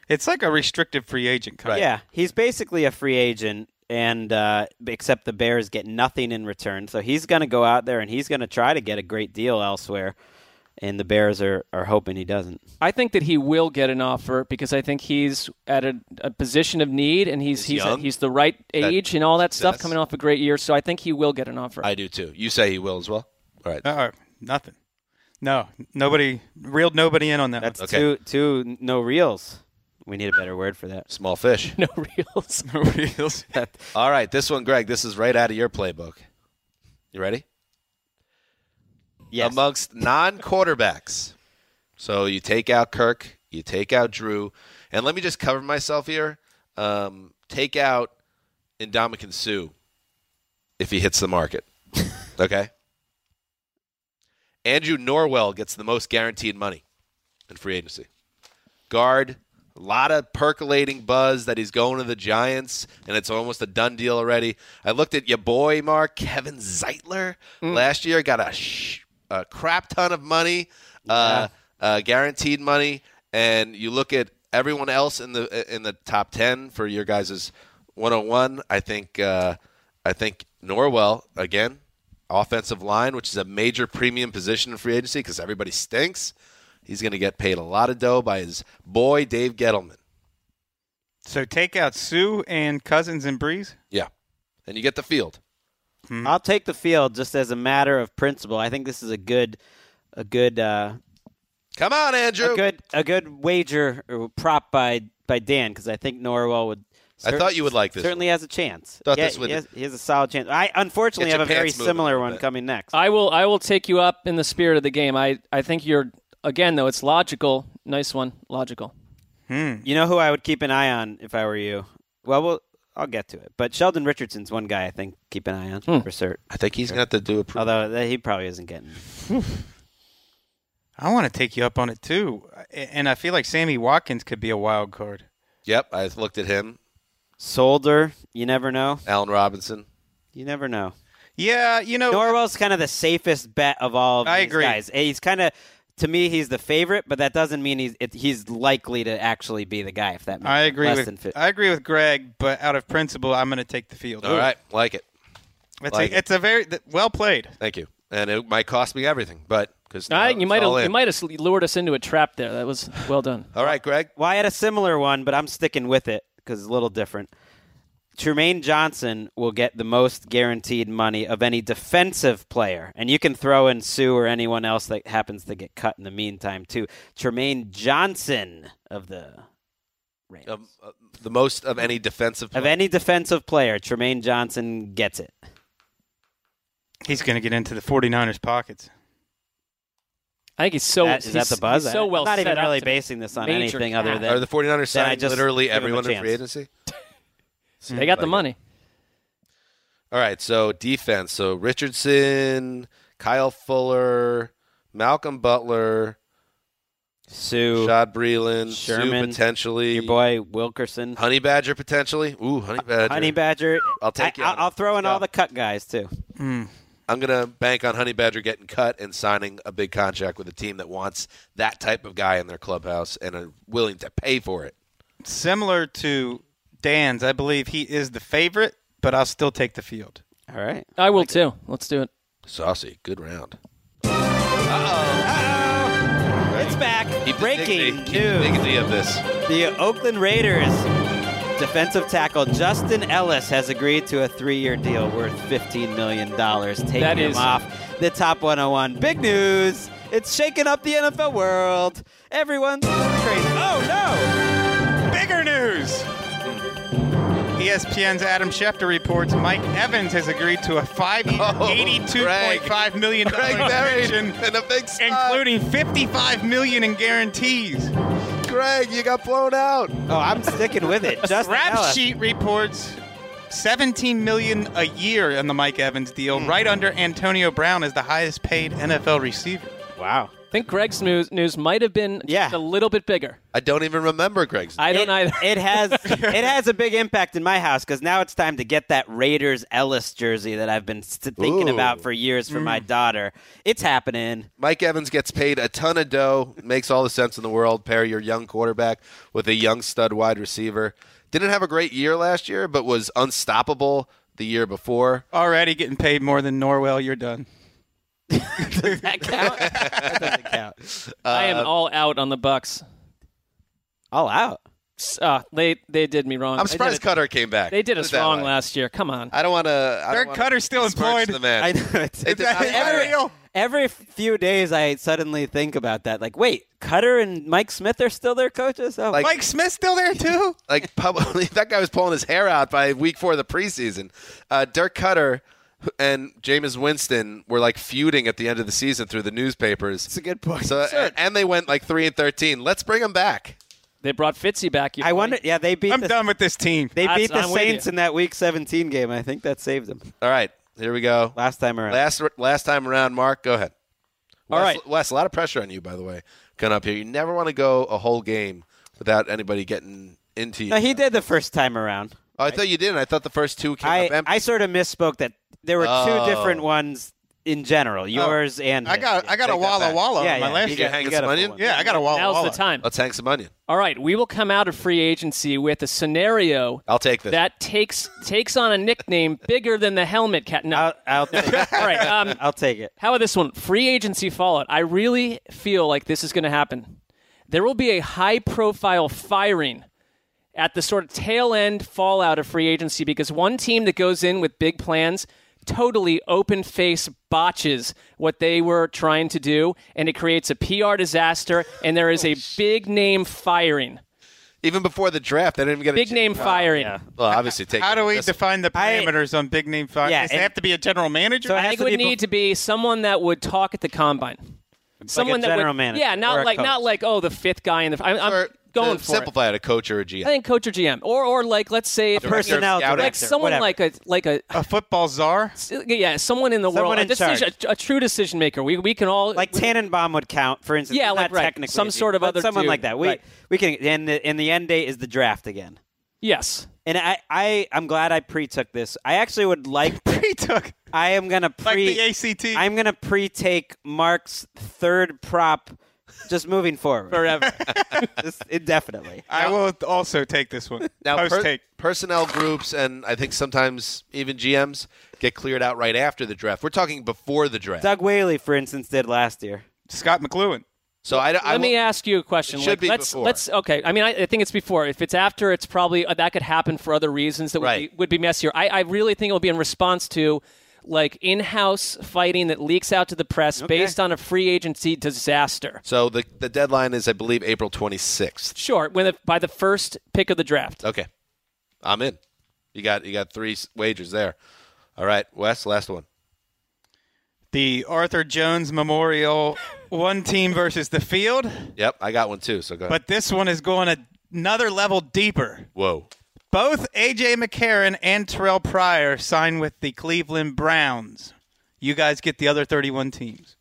Speaker 6: It's like a restricted free agent contract.
Speaker 3: Yeah, he's basically a free agent, and uh, except the Bears get nothing in return, so he's going to go out there and he's going to try to get a great deal elsewhere, and the Bears are, are hoping he doesn't.
Speaker 4: I think that he will get an offer because I think he's at a, a position of need and he's he's
Speaker 2: young.
Speaker 4: he's the right age and all that stuff
Speaker 2: success.
Speaker 4: coming off a great year. So I think he will get an offer.
Speaker 2: I do too. You say he will as well. All right.
Speaker 6: Uh, nothing. No, nobody reeled nobody in on
Speaker 10: Uh,
Speaker 6: that.
Speaker 3: That's
Speaker 6: one.
Speaker 2: Okay.
Speaker 3: two two no reels. We need a better word for that.
Speaker 2: Small fish.
Speaker 4: [laughs] no
Speaker 3: [laughs]
Speaker 4: reels.
Speaker 6: No reels.
Speaker 2: All right, this one, Greg. This is right out of your playbook. You ready?
Speaker 3: Yes.
Speaker 2: Amongst non-quarterbacks, so you take out Kirk, you take out Drew, and let me just cover myself here. Um, take out Indomitian Sue if he hits the market. okay. Andrew Norwell gets the most guaranteed money in free agency. Guard, a lot of percolating buzz that he's going to the Giants, and it's almost a done deal already. I looked at your boy, Mark Kevin Zeitler, last year, got a, sh- a crap ton of money, uh, uh, guaranteed money, and you look at everyone else in the in the top ten for your guys' 101. I think uh, I think Norwell again. Offensive line, which is a major premium position in free agency because everybody stinks. He's going to get paid a lot of dough by his boy Dave Gettleman.
Speaker 6: So take out Sue and Cousins and Breeze.
Speaker 2: Yeah, and you get the field.
Speaker 3: I'll take the field just as a matter of principle. I think this is a good a good uh,
Speaker 2: Come on, Andrew.
Speaker 3: a good a good wager or prop by by Dan because I think Norwell would.
Speaker 2: I thought you would like this
Speaker 3: Certainly has a chance.
Speaker 2: Thought
Speaker 3: yeah,
Speaker 2: this would-
Speaker 3: he, has, he has a solid chance. I unfortunately
Speaker 2: Get
Speaker 3: have
Speaker 2: your
Speaker 3: a very
Speaker 2: pants moving a
Speaker 3: similar
Speaker 2: little
Speaker 3: one
Speaker 2: bit.
Speaker 3: coming next.
Speaker 4: [laughs] I will. I will take you up in the spirit of the game. I. I think you're again though. It's logical. Nice one. Logical.
Speaker 3: you know who I would keep an eye on if I were you. Well, we'll I'll get to it. But Sheldon Richardson's one guy I think keep an eye on for cert.
Speaker 2: I think he's going to have to do a. Pr-
Speaker 3: Although uh, he probably isn't getting.
Speaker 6: I want to take you up on it too, A- and I feel like Sammy Watkins could be a wild card.
Speaker 2: Yep, I looked at him.
Speaker 3: Solder, you never know.
Speaker 2: Allen Robinson.
Speaker 3: You never know.
Speaker 6: Yeah, you know
Speaker 3: Norwell's kind of the safest bet of all. Of
Speaker 6: I
Speaker 3: these
Speaker 6: agree.
Speaker 3: Guys. And He's kind of to me he's the favorite, but that doesn't mean he's it, he's likely to actually be the guy. If that makes
Speaker 6: I
Speaker 3: sense.
Speaker 6: agree
Speaker 3: Less
Speaker 6: with
Speaker 3: than fif-
Speaker 6: I agree with Greg, but out of principle, I'm going to take the field.
Speaker 2: All right, like it.
Speaker 6: it's,
Speaker 2: like
Speaker 6: a, it's a very th- well played.
Speaker 2: Thank you. And it might cost me everything, but because
Speaker 4: I think you might have you might have lured us into a trap there. That was well done.
Speaker 2: All right, Greg.
Speaker 3: Well, I had a similar one, but I'm sticking with it because it's a little different. Tremaine Johnson will get the most guaranteed money of any defensive player. And you can throw in Sue or anyone else that happens to get cut in the meantime, too. Tremaine Johnson of the
Speaker 2: Um, uh, the most of any defensive.
Speaker 3: of any defensive player, Tremaine Johnson gets it.
Speaker 6: He's going to get into the 49ers pockets.
Speaker 4: I think he's so
Speaker 3: That- is
Speaker 4: he's-
Speaker 3: that the buzz?
Speaker 4: he's so
Speaker 3: I'm
Speaker 4: well
Speaker 3: not
Speaker 4: set
Speaker 3: even
Speaker 4: up
Speaker 3: really
Speaker 4: to
Speaker 3: basing this on
Speaker 4: major
Speaker 3: anything other
Speaker 4: cap.
Speaker 3: than
Speaker 2: Are the 49ers
Speaker 3: then I
Speaker 2: signed
Speaker 3: just
Speaker 2: literally
Speaker 3: give him a
Speaker 2: everyone in
Speaker 3: chance.
Speaker 2: free agency?
Speaker 4: They got the money.
Speaker 2: All right, so defense. So Richardson, Kyle Fuller, Malcolm Butler,
Speaker 3: Sue
Speaker 2: Shad Breeland,
Speaker 3: Sherman,
Speaker 2: Sue potentially,
Speaker 3: your boy Wilkerson,
Speaker 2: Honey Badger potentially. Ooh, Honey Badger.
Speaker 3: Honey Badger.
Speaker 2: I'll take you
Speaker 3: I,
Speaker 2: on it.
Speaker 3: I'll throw in
Speaker 2: Let's
Speaker 3: all
Speaker 2: go.
Speaker 3: the cut guys too.
Speaker 2: I'm gonna bank on Honey Badger getting cut and signing a big contract with a team that wants that type of guy in their clubhouse and are willing to pay for it.
Speaker 6: Similar to Dan's, I believe he is the favorite, but I'll still take the field.
Speaker 3: All right.
Speaker 4: I will too. Let's do it.
Speaker 2: Saucy, good round.
Speaker 3: It's back.
Speaker 2: Keep the
Speaker 3: Breaking
Speaker 2: dignity- keep the
Speaker 3: news.
Speaker 2: dignity of this.
Speaker 3: The Oakland Raiders defensive tackle Justin Ellis has agreed to a three-year deal worth $15 million, taking
Speaker 4: That
Speaker 3: him
Speaker 4: is-
Speaker 3: off the top 101. Big news! It's shaking up the NFL world. Everyone's crazy. Oh no!
Speaker 6: Bigger news. E ESPN's Adam Schefter reports Mike Evans has agreed to a five
Speaker 2: Oh,
Speaker 6: eighty-two point five million dollar
Speaker 2: Greg Barry
Speaker 6: extension,
Speaker 2: in a big spot.
Speaker 6: including fifty-five million in guarantees.
Speaker 2: Greg, you got blown out.
Speaker 3: [laughs] Oh, I'm sticking with it. Justin
Speaker 6: Rap
Speaker 3: Ellis.
Speaker 6: sheet reports 17 million a year on the Mike Evans deal, right under Antonio Brown as the highest paid NFL receiver.
Speaker 3: Wow.
Speaker 4: I think Greg's news news might have been
Speaker 3: Yeah.
Speaker 4: just a little bit bigger.
Speaker 2: I don't even remember Greg's.
Speaker 4: I don't
Speaker 3: it,
Speaker 4: either.
Speaker 3: it
Speaker 2: [laughs]
Speaker 3: has it has a big impact in my house because now it's time to get that Raiders Ellis jersey that I've been st- thinking
Speaker 2: Ooh. Mm.
Speaker 3: about for years for my daughter. It's happening.
Speaker 2: Mike Evans gets paid a ton of dough. Makes all the sense in the world. Pair your young quarterback with a young stud wide receiver. Didn't have a great year last year, but was unstoppable the year before.
Speaker 6: Already getting paid more than Norwell, you're
Speaker 3: [laughs]
Speaker 6: done.
Speaker 3: That count? that doesn't count.
Speaker 4: I
Speaker 2: Uh,
Speaker 4: am all out on the Bucks.
Speaker 3: All out.
Speaker 4: S- Uh, they they did me wrong.
Speaker 2: I'm
Speaker 4: They did
Speaker 2: surprised
Speaker 4: it-
Speaker 2: Cutter came back.
Speaker 4: They did
Speaker 2: Put it
Speaker 4: us
Speaker 2: that
Speaker 4: wrong
Speaker 2: way.
Speaker 4: last year. Come on.
Speaker 2: I don't want to.
Speaker 6: Dirk Cutter's still employed.
Speaker 2: The man.
Speaker 3: I know it's,
Speaker 6: [laughs]
Speaker 2: It did not-
Speaker 3: every, every few days I suddenly think about that. Like, wait, Cutter and Mike Smith are still their coaches? Oh,
Speaker 2: Like-
Speaker 6: Mike Smith's still there, too?
Speaker 2: [laughs] like publicly [laughs] that guy was pulling his hair out by week four of the preseason. Uh, Dirk Cutter and Jameis Winston were like feuding at the end of the season through the newspapers. It's
Speaker 3: a good point.
Speaker 2: So,
Speaker 3: Sure.
Speaker 2: and they went like three and thirteen. Let's bring them back.
Speaker 4: They brought Fitzy back. You
Speaker 3: I
Speaker 4: funny.
Speaker 3: wonder. Yeah, they beat.
Speaker 6: I'm
Speaker 3: the,
Speaker 6: done with this team.
Speaker 3: They
Speaker 4: That's-
Speaker 3: beat the
Speaker 4: I'm with
Speaker 3: Saints
Speaker 4: you.
Speaker 3: in that Week 17 game. I think that saved them
Speaker 2: All right, here we go.
Speaker 3: last time around.
Speaker 2: Last last time around, Mark, go ahead.
Speaker 4: All
Speaker 2: Wes,
Speaker 4: right.
Speaker 2: Wes, a lot of pressure on you, by the way, coming up here. You never want to go a whole game without anybody getting into you.
Speaker 3: no, he did the first time around.
Speaker 2: Oh, I thought you didn't. I thought the first two came up
Speaker 3: I,
Speaker 2: empty.
Speaker 3: I sort of misspoke that there were
Speaker 2: Oh.
Speaker 3: two different ones in general, yours and
Speaker 6: Oh. I
Speaker 3: his.
Speaker 6: got I got a
Speaker 2: take that
Speaker 6: Walla
Speaker 2: back.
Speaker 6: Walla
Speaker 3: yeah,
Speaker 6: on
Speaker 3: yeah,
Speaker 6: my
Speaker 3: you
Speaker 6: last
Speaker 3: got-
Speaker 6: year.
Speaker 2: hang
Speaker 3: you
Speaker 2: some
Speaker 3: got a full
Speaker 2: onion?
Speaker 3: one. Uh,
Speaker 6: Yeah, I got a Walla
Speaker 4: Now's
Speaker 6: Walla.
Speaker 4: the time.
Speaker 2: Let's hang some onion.
Speaker 4: All right, we will come out of free agency with a scenario
Speaker 2: I'll take this.
Speaker 4: that takes takes on a nickname bigger than the helmet cat. No.
Speaker 2: Uh,
Speaker 3: I'll, I'll,
Speaker 6: [laughs]
Speaker 3: take,
Speaker 4: [laughs]
Speaker 3: it.
Speaker 4: All right. Um,
Speaker 3: I'll take it.
Speaker 4: How about this one? Free agency fallout. I really feel like this is going to happen. There will be a high profile firing at the sort of tail end fallout of free agency because one team that goes in with big plans totally open face botches what they were trying to do and it creates a PR disaster and there is a big name firing.
Speaker 2: even before the draft, I didn't even get a
Speaker 4: Big
Speaker 2: ch-
Speaker 4: name firing.
Speaker 2: Well, obviously, take.
Speaker 6: How do we
Speaker 2: this.
Speaker 6: define the parameters on big name five?
Speaker 3: Yeah,
Speaker 6: Does it
Speaker 3: and-
Speaker 6: have to be a general manager?
Speaker 3: So it
Speaker 4: I
Speaker 3: has
Speaker 4: think
Speaker 3: to
Speaker 4: it would
Speaker 3: be
Speaker 4: need to be someone that would talk at the combine. Someone that
Speaker 3: general
Speaker 4: would,
Speaker 3: manager
Speaker 4: Yeah,
Speaker 3: or a
Speaker 4: not like
Speaker 3: coach.
Speaker 4: not like oh the fifth guy in the. I, I'm,
Speaker 2: Or
Speaker 4: going
Speaker 2: to
Speaker 4: for
Speaker 2: Uh,
Speaker 4: it.
Speaker 2: simplify it. a coach or a GM.
Speaker 4: I think coach or GM, or or like let's say a
Speaker 2: personnel
Speaker 4: like
Speaker 2: director,
Speaker 4: someone
Speaker 2: whatever.
Speaker 4: like a like a
Speaker 6: a football czar.
Speaker 4: Yeah, someone in the
Speaker 3: Someone
Speaker 4: world,
Speaker 3: in
Speaker 4: a, decision- a, a true decision maker. We we can all
Speaker 3: Like Tannenbaum would count, for instance.
Speaker 4: Yeah,
Speaker 3: not
Speaker 4: like, right.
Speaker 3: technically
Speaker 4: Some
Speaker 3: a G-
Speaker 4: sort of
Speaker 3: but
Speaker 4: other
Speaker 3: someone
Speaker 4: dude.
Speaker 3: like that. We
Speaker 4: Right.
Speaker 3: we can and the, and the end date is the draft again.
Speaker 4: yes.
Speaker 3: And I I I'm glad I pre took this. I actually would
Speaker 6: [laughs]
Speaker 3: like pre
Speaker 6: took.
Speaker 3: I am gonna pre
Speaker 6: the ACT.
Speaker 3: I'm gonna pre take Mark's third prop, just moving forward
Speaker 4: forever,
Speaker 3: [laughs] just indefinitely.
Speaker 6: I will also take this one.
Speaker 2: Now,
Speaker 6: Post
Speaker 2: per-
Speaker 6: take.
Speaker 2: personnel groups and I think sometimes even GMs get cleared out right after the draft. We're talking before the draft.
Speaker 3: Doug Whaley, for instance, did last year.
Speaker 6: Scott McLuhan.
Speaker 2: So I,
Speaker 4: Let me ask you a question.
Speaker 2: It should
Speaker 4: like,
Speaker 2: be
Speaker 4: let's
Speaker 2: before.
Speaker 4: let's okay. I mean, I, I think it's before. If it's after, it's probably uh, that could happen for other reasons that would
Speaker 2: Right.
Speaker 4: be would be messier. I, I really think it will be in response to like in-house fighting that leaks out to the press based on a free agency disaster.
Speaker 2: So the the deadline is I believe April 26th.
Speaker 4: Sure, when the, by the first pick of the draft.
Speaker 2: Okay. I'm in. You got you got three s- wagers there. All right, Wes, last one.
Speaker 6: The Arthur Jones Memorial one team versus the field.
Speaker 2: Yep, I got one too. So go. ahead.
Speaker 6: But this one is going a- another level deeper.
Speaker 2: Whoa.
Speaker 6: Both AJ McCarron and Terrell Pryor sign with the Cleveland Browns. You guys get the other 31 teams.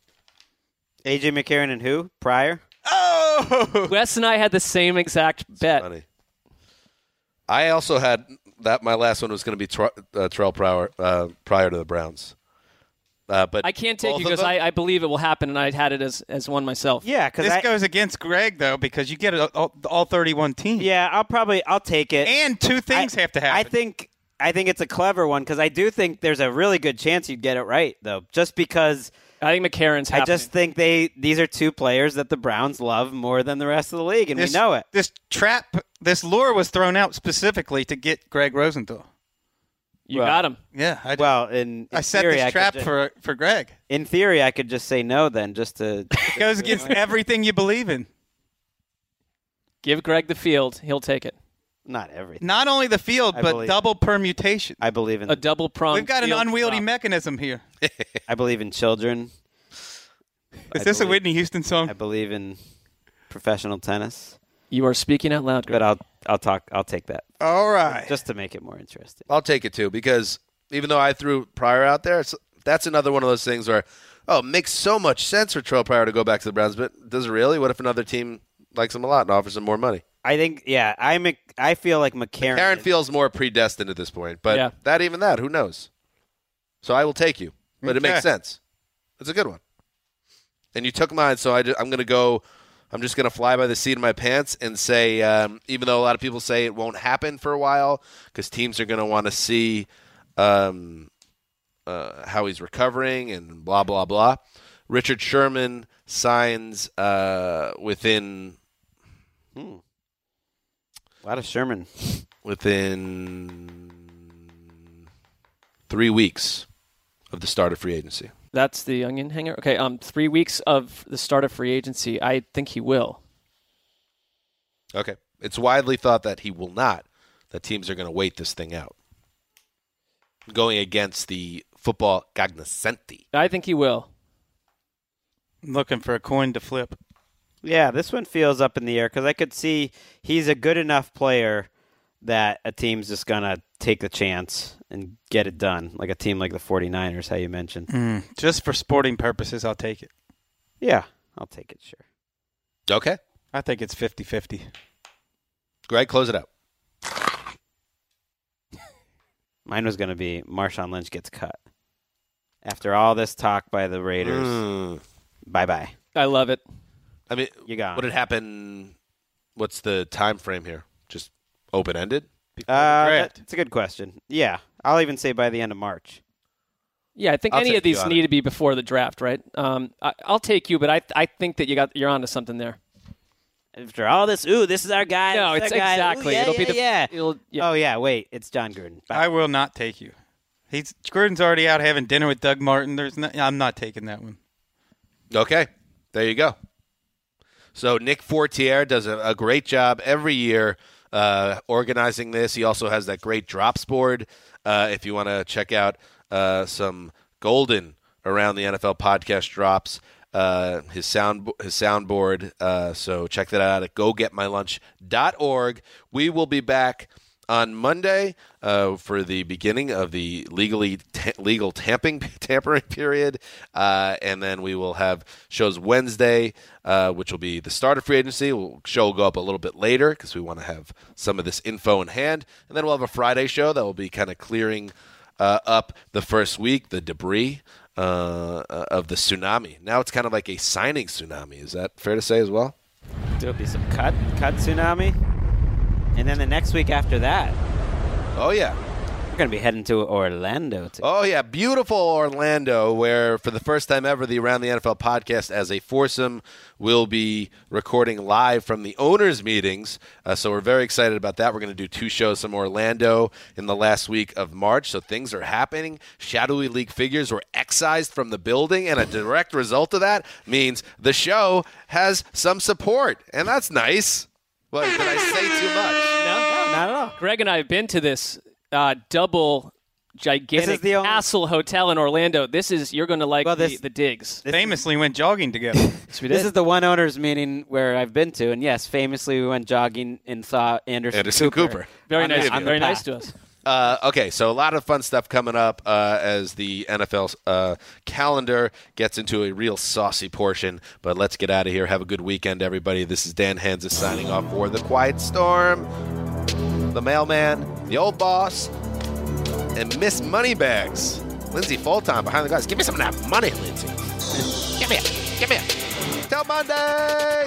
Speaker 3: AJ McCarron and who? Pryor?
Speaker 6: Oh,
Speaker 4: Wes and I had the same exact bet.
Speaker 2: Funny. I also had that. My last one was going to be Ter- uh, Terrell Pryor uh, prior to the Browns. Uh, but
Speaker 4: I can't take
Speaker 2: both
Speaker 4: it
Speaker 2: of
Speaker 4: because
Speaker 2: them?
Speaker 4: I, I believe it will happen, and I had it as, as one myself.
Speaker 3: Yeah, because
Speaker 6: This goes against Greg though because you get all, all 31 teams.
Speaker 3: yeah, I'll probably I'll take it.
Speaker 6: And two things have to happen.
Speaker 3: I think I think it's a clever one because I do think there's a really good chance you'd get it right though, just because
Speaker 4: I think McCarron's
Speaker 3: I
Speaker 4: happening.
Speaker 3: just think they these are two players that the Browns love more than the rest of the league, and
Speaker 6: this,
Speaker 3: we know it.
Speaker 6: This trap, this lure was thrown out specifically to get Greg Rosenthal.
Speaker 4: you
Speaker 3: Well,
Speaker 4: got him.
Speaker 6: Yeah, I,
Speaker 3: Well, in, in
Speaker 6: I set
Speaker 3: theory,
Speaker 6: this
Speaker 3: I could
Speaker 6: trap
Speaker 3: ju-
Speaker 6: for for Greg.
Speaker 3: in theory I could just say no then, just to
Speaker 6: [laughs] It goes
Speaker 3: [laughs]
Speaker 6: against everything you believe in.
Speaker 4: Give Greg the field; he'll take it.
Speaker 3: not everything.
Speaker 6: Not only the field,
Speaker 3: I
Speaker 6: but
Speaker 3: believe-
Speaker 6: double permutation.
Speaker 3: I believe in
Speaker 4: A double prong.
Speaker 6: We've got an
Speaker 4: field
Speaker 6: unwieldy
Speaker 4: prop.
Speaker 6: mechanism here.
Speaker 3: I believe in children.
Speaker 6: Is this a
Speaker 3: believe-
Speaker 6: Whitney Houston song?
Speaker 3: I believe in professional tennis,
Speaker 4: You are speaking out loud, Greg.
Speaker 3: but I'll I'll talk I'll take that
Speaker 6: All right.
Speaker 3: just to make it more interesting.
Speaker 2: I'll take it too because even though I threw Pryor out there, it's, that's another one of those things where, oh, it makes so much sense for Terrell Pryor to go back to the Browns, but does it really? What if another team likes him a lot and offers him more money?
Speaker 3: I think yeah, I am I feel like McCarron.
Speaker 2: Karen
Speaker 3: is-
Speaker 2: feels more predestined at this point, but
Speaker 4: Yeah.
Speaker 2: that even that, who knows? So I will take you, but it
Speaker 6: Okay.
Speaker 2: makes sense. It's a good one, and you took mine, so I ju- I'm going to go. I'm just going to fly by the seat of my pants and say, um, even though a lot of people say it won't happen for a while, because teams are going to want to see um, uh, how he's recovering and blah blah blah. Richard Sherman signs uh, within
Speaker 3: a lot of Sherman.
Speaker 2: within three weeks of the start of free agency.
Speaker 4: That's the onion hanger. Okay, um, three weeks of the start of free agency. I think he will.
Speaker 2: Okay. It's widely thought that he will not, that teams are going to wait this thing out. Going against the football cognoscenti.
Speaker 4: I think he will.
Speaker 6: I'm looking for a coin to flip.
Speaker 3: Yeah, this one feels up in the air because I could see he's a good enough player that a team's just gonna take the chance and get it done, like a team like the 49ers, how you mentioned.
Speaker 6: Mm. Just for sporting purposes, I'll take it.
Speaker 3: Yeah, I'll take it. Sure.
Speaker 2: Okay.
Speaker 6: I think it's 50 50.
Speaker 2: Greg, close it out.
Speaker 3: Mine was gonna be Marshawn Lynch gets cut after all this talk by the Raiders.
Speaker 2: Mm.
Speaker 3: Bye bye.
Speaker 4: I love it.
Speaker 2: I mean,
Speaker 3: You got
Speaker 2: would it happen? What's the time frame here? Just open ended?
Speaker 3: Uh,
Speaker 6: draft.
Speaker 3: that- that's a good question. Yeah, I'll even say by the end of March.
Speaker 4: Yeah, I think
Speaker 2: I'll
Speaker 4: any of
Speaker 2: take you
Speaker 4: these
Speaker 2: on
Speaker 4: need
Speaker 2: it.
Speaker 4: to be before the draft, right? Um, I, I'll take you, but I I think that you got you're onto something there.
Speaker 3: After all this, ooh, this is our guy.
Speaker 4: no,
Speaker 3: this
Speaker 4: it's
Speaker 3: is our guy. Ooh,
Speaker 4: exactly.
Speaker 3: yeah,
Speaker 4: it'll be
Speaker 3: yeah,
Speaker 4: the
Speaker 3: yeah.
Speaker 4: It'll, yeah.
Speaker 3: Oh yeah, wait, it's John Gruden.
Speaker 6: I will not take you. He's Gruden's already out having dinner with Doug Martin. There's no, I'm not taking that one.
Speaker 2: Okay, there you go. So Nick Fortier does a, a great job every year uh, organizing this. He also has that great drops board. Uh, if you want to check out uh, some golden around the NFL podcast drops, uh, his sound his soundboard. Uh, so check that out at gogetmylunch.org. We will be back on Monday uh, for the beginning of the legally ta- legal tamping [laughs] tampering period, uh, and then we will have shows Wednesday, uh, which will be the start of free agency. We'll, show will go up a little bit later because we want to have some of this info in hand, and then we'll have a Friday show that will be kind of clearing uh, up the first week, the debris uh, uh, of the tsunami. Now it's kind of like a signing tsunami. Is that fair to say as well?
Speaker 3: There'll be some cut cut tsunami, and then the next week after that.
Speaker 2: Oh yeah,
Speaker 3: we're gonna be heading to Orlando. To-
Speaker 2: Oh yeah, beautiful Orlando, where for the first time ever, the Around the NFL podcast as a foursome will be recording live from the owners' meetings. Uh, so we're very excited about that. We're going to do two shows from Orlando in the last week of March. So things are happening. Shadowy league figures were excised from the building, and a direct result of that means the show has some support, and that's nice. What did I say too much?
Speaker 4: No,
Speaker 3: not at all.
Speaker 4: Greg and I have been to this uh, double
Speaker 6: This is
Speaker 4: gigantic
Speaker 6: the only-
Speaker 4: castle hotel in Orlando. This is you're going to like
Speaker 3: Well, this-
Speaker 4: the, the digs.
Speaker 6: Famously went jogging
Speaker 3: [laughs]
Speaker 6: together.
Speaker 3: This is the one owners meeting where I've been to, and yes, famously we went jogging and saw Anderson,
Speaker 2: Anderson Cooper.
Speaker 4: Very
Speaker 3: on
Speaker 4: nice.
Speaker 3: the- on the
Speaker 4: Very nice
Speaker 3: path.
Speaker 4: to us.
Speaker 2: Uh, okay, so a lot of fun stuff coming up uh, as the NFL uh, calendar gets into a real saucy portion. But let's get out of here. Have a good weekend, everybody. This is Dan Hansis signing off for The Quiet Storm, The Mailman, The Old Boss, and Miss Moneybags. Lindsay Fulton behind the glass. Give me some of that money, Lindsay. [laughs] Give me it. Give me it. Till Monday.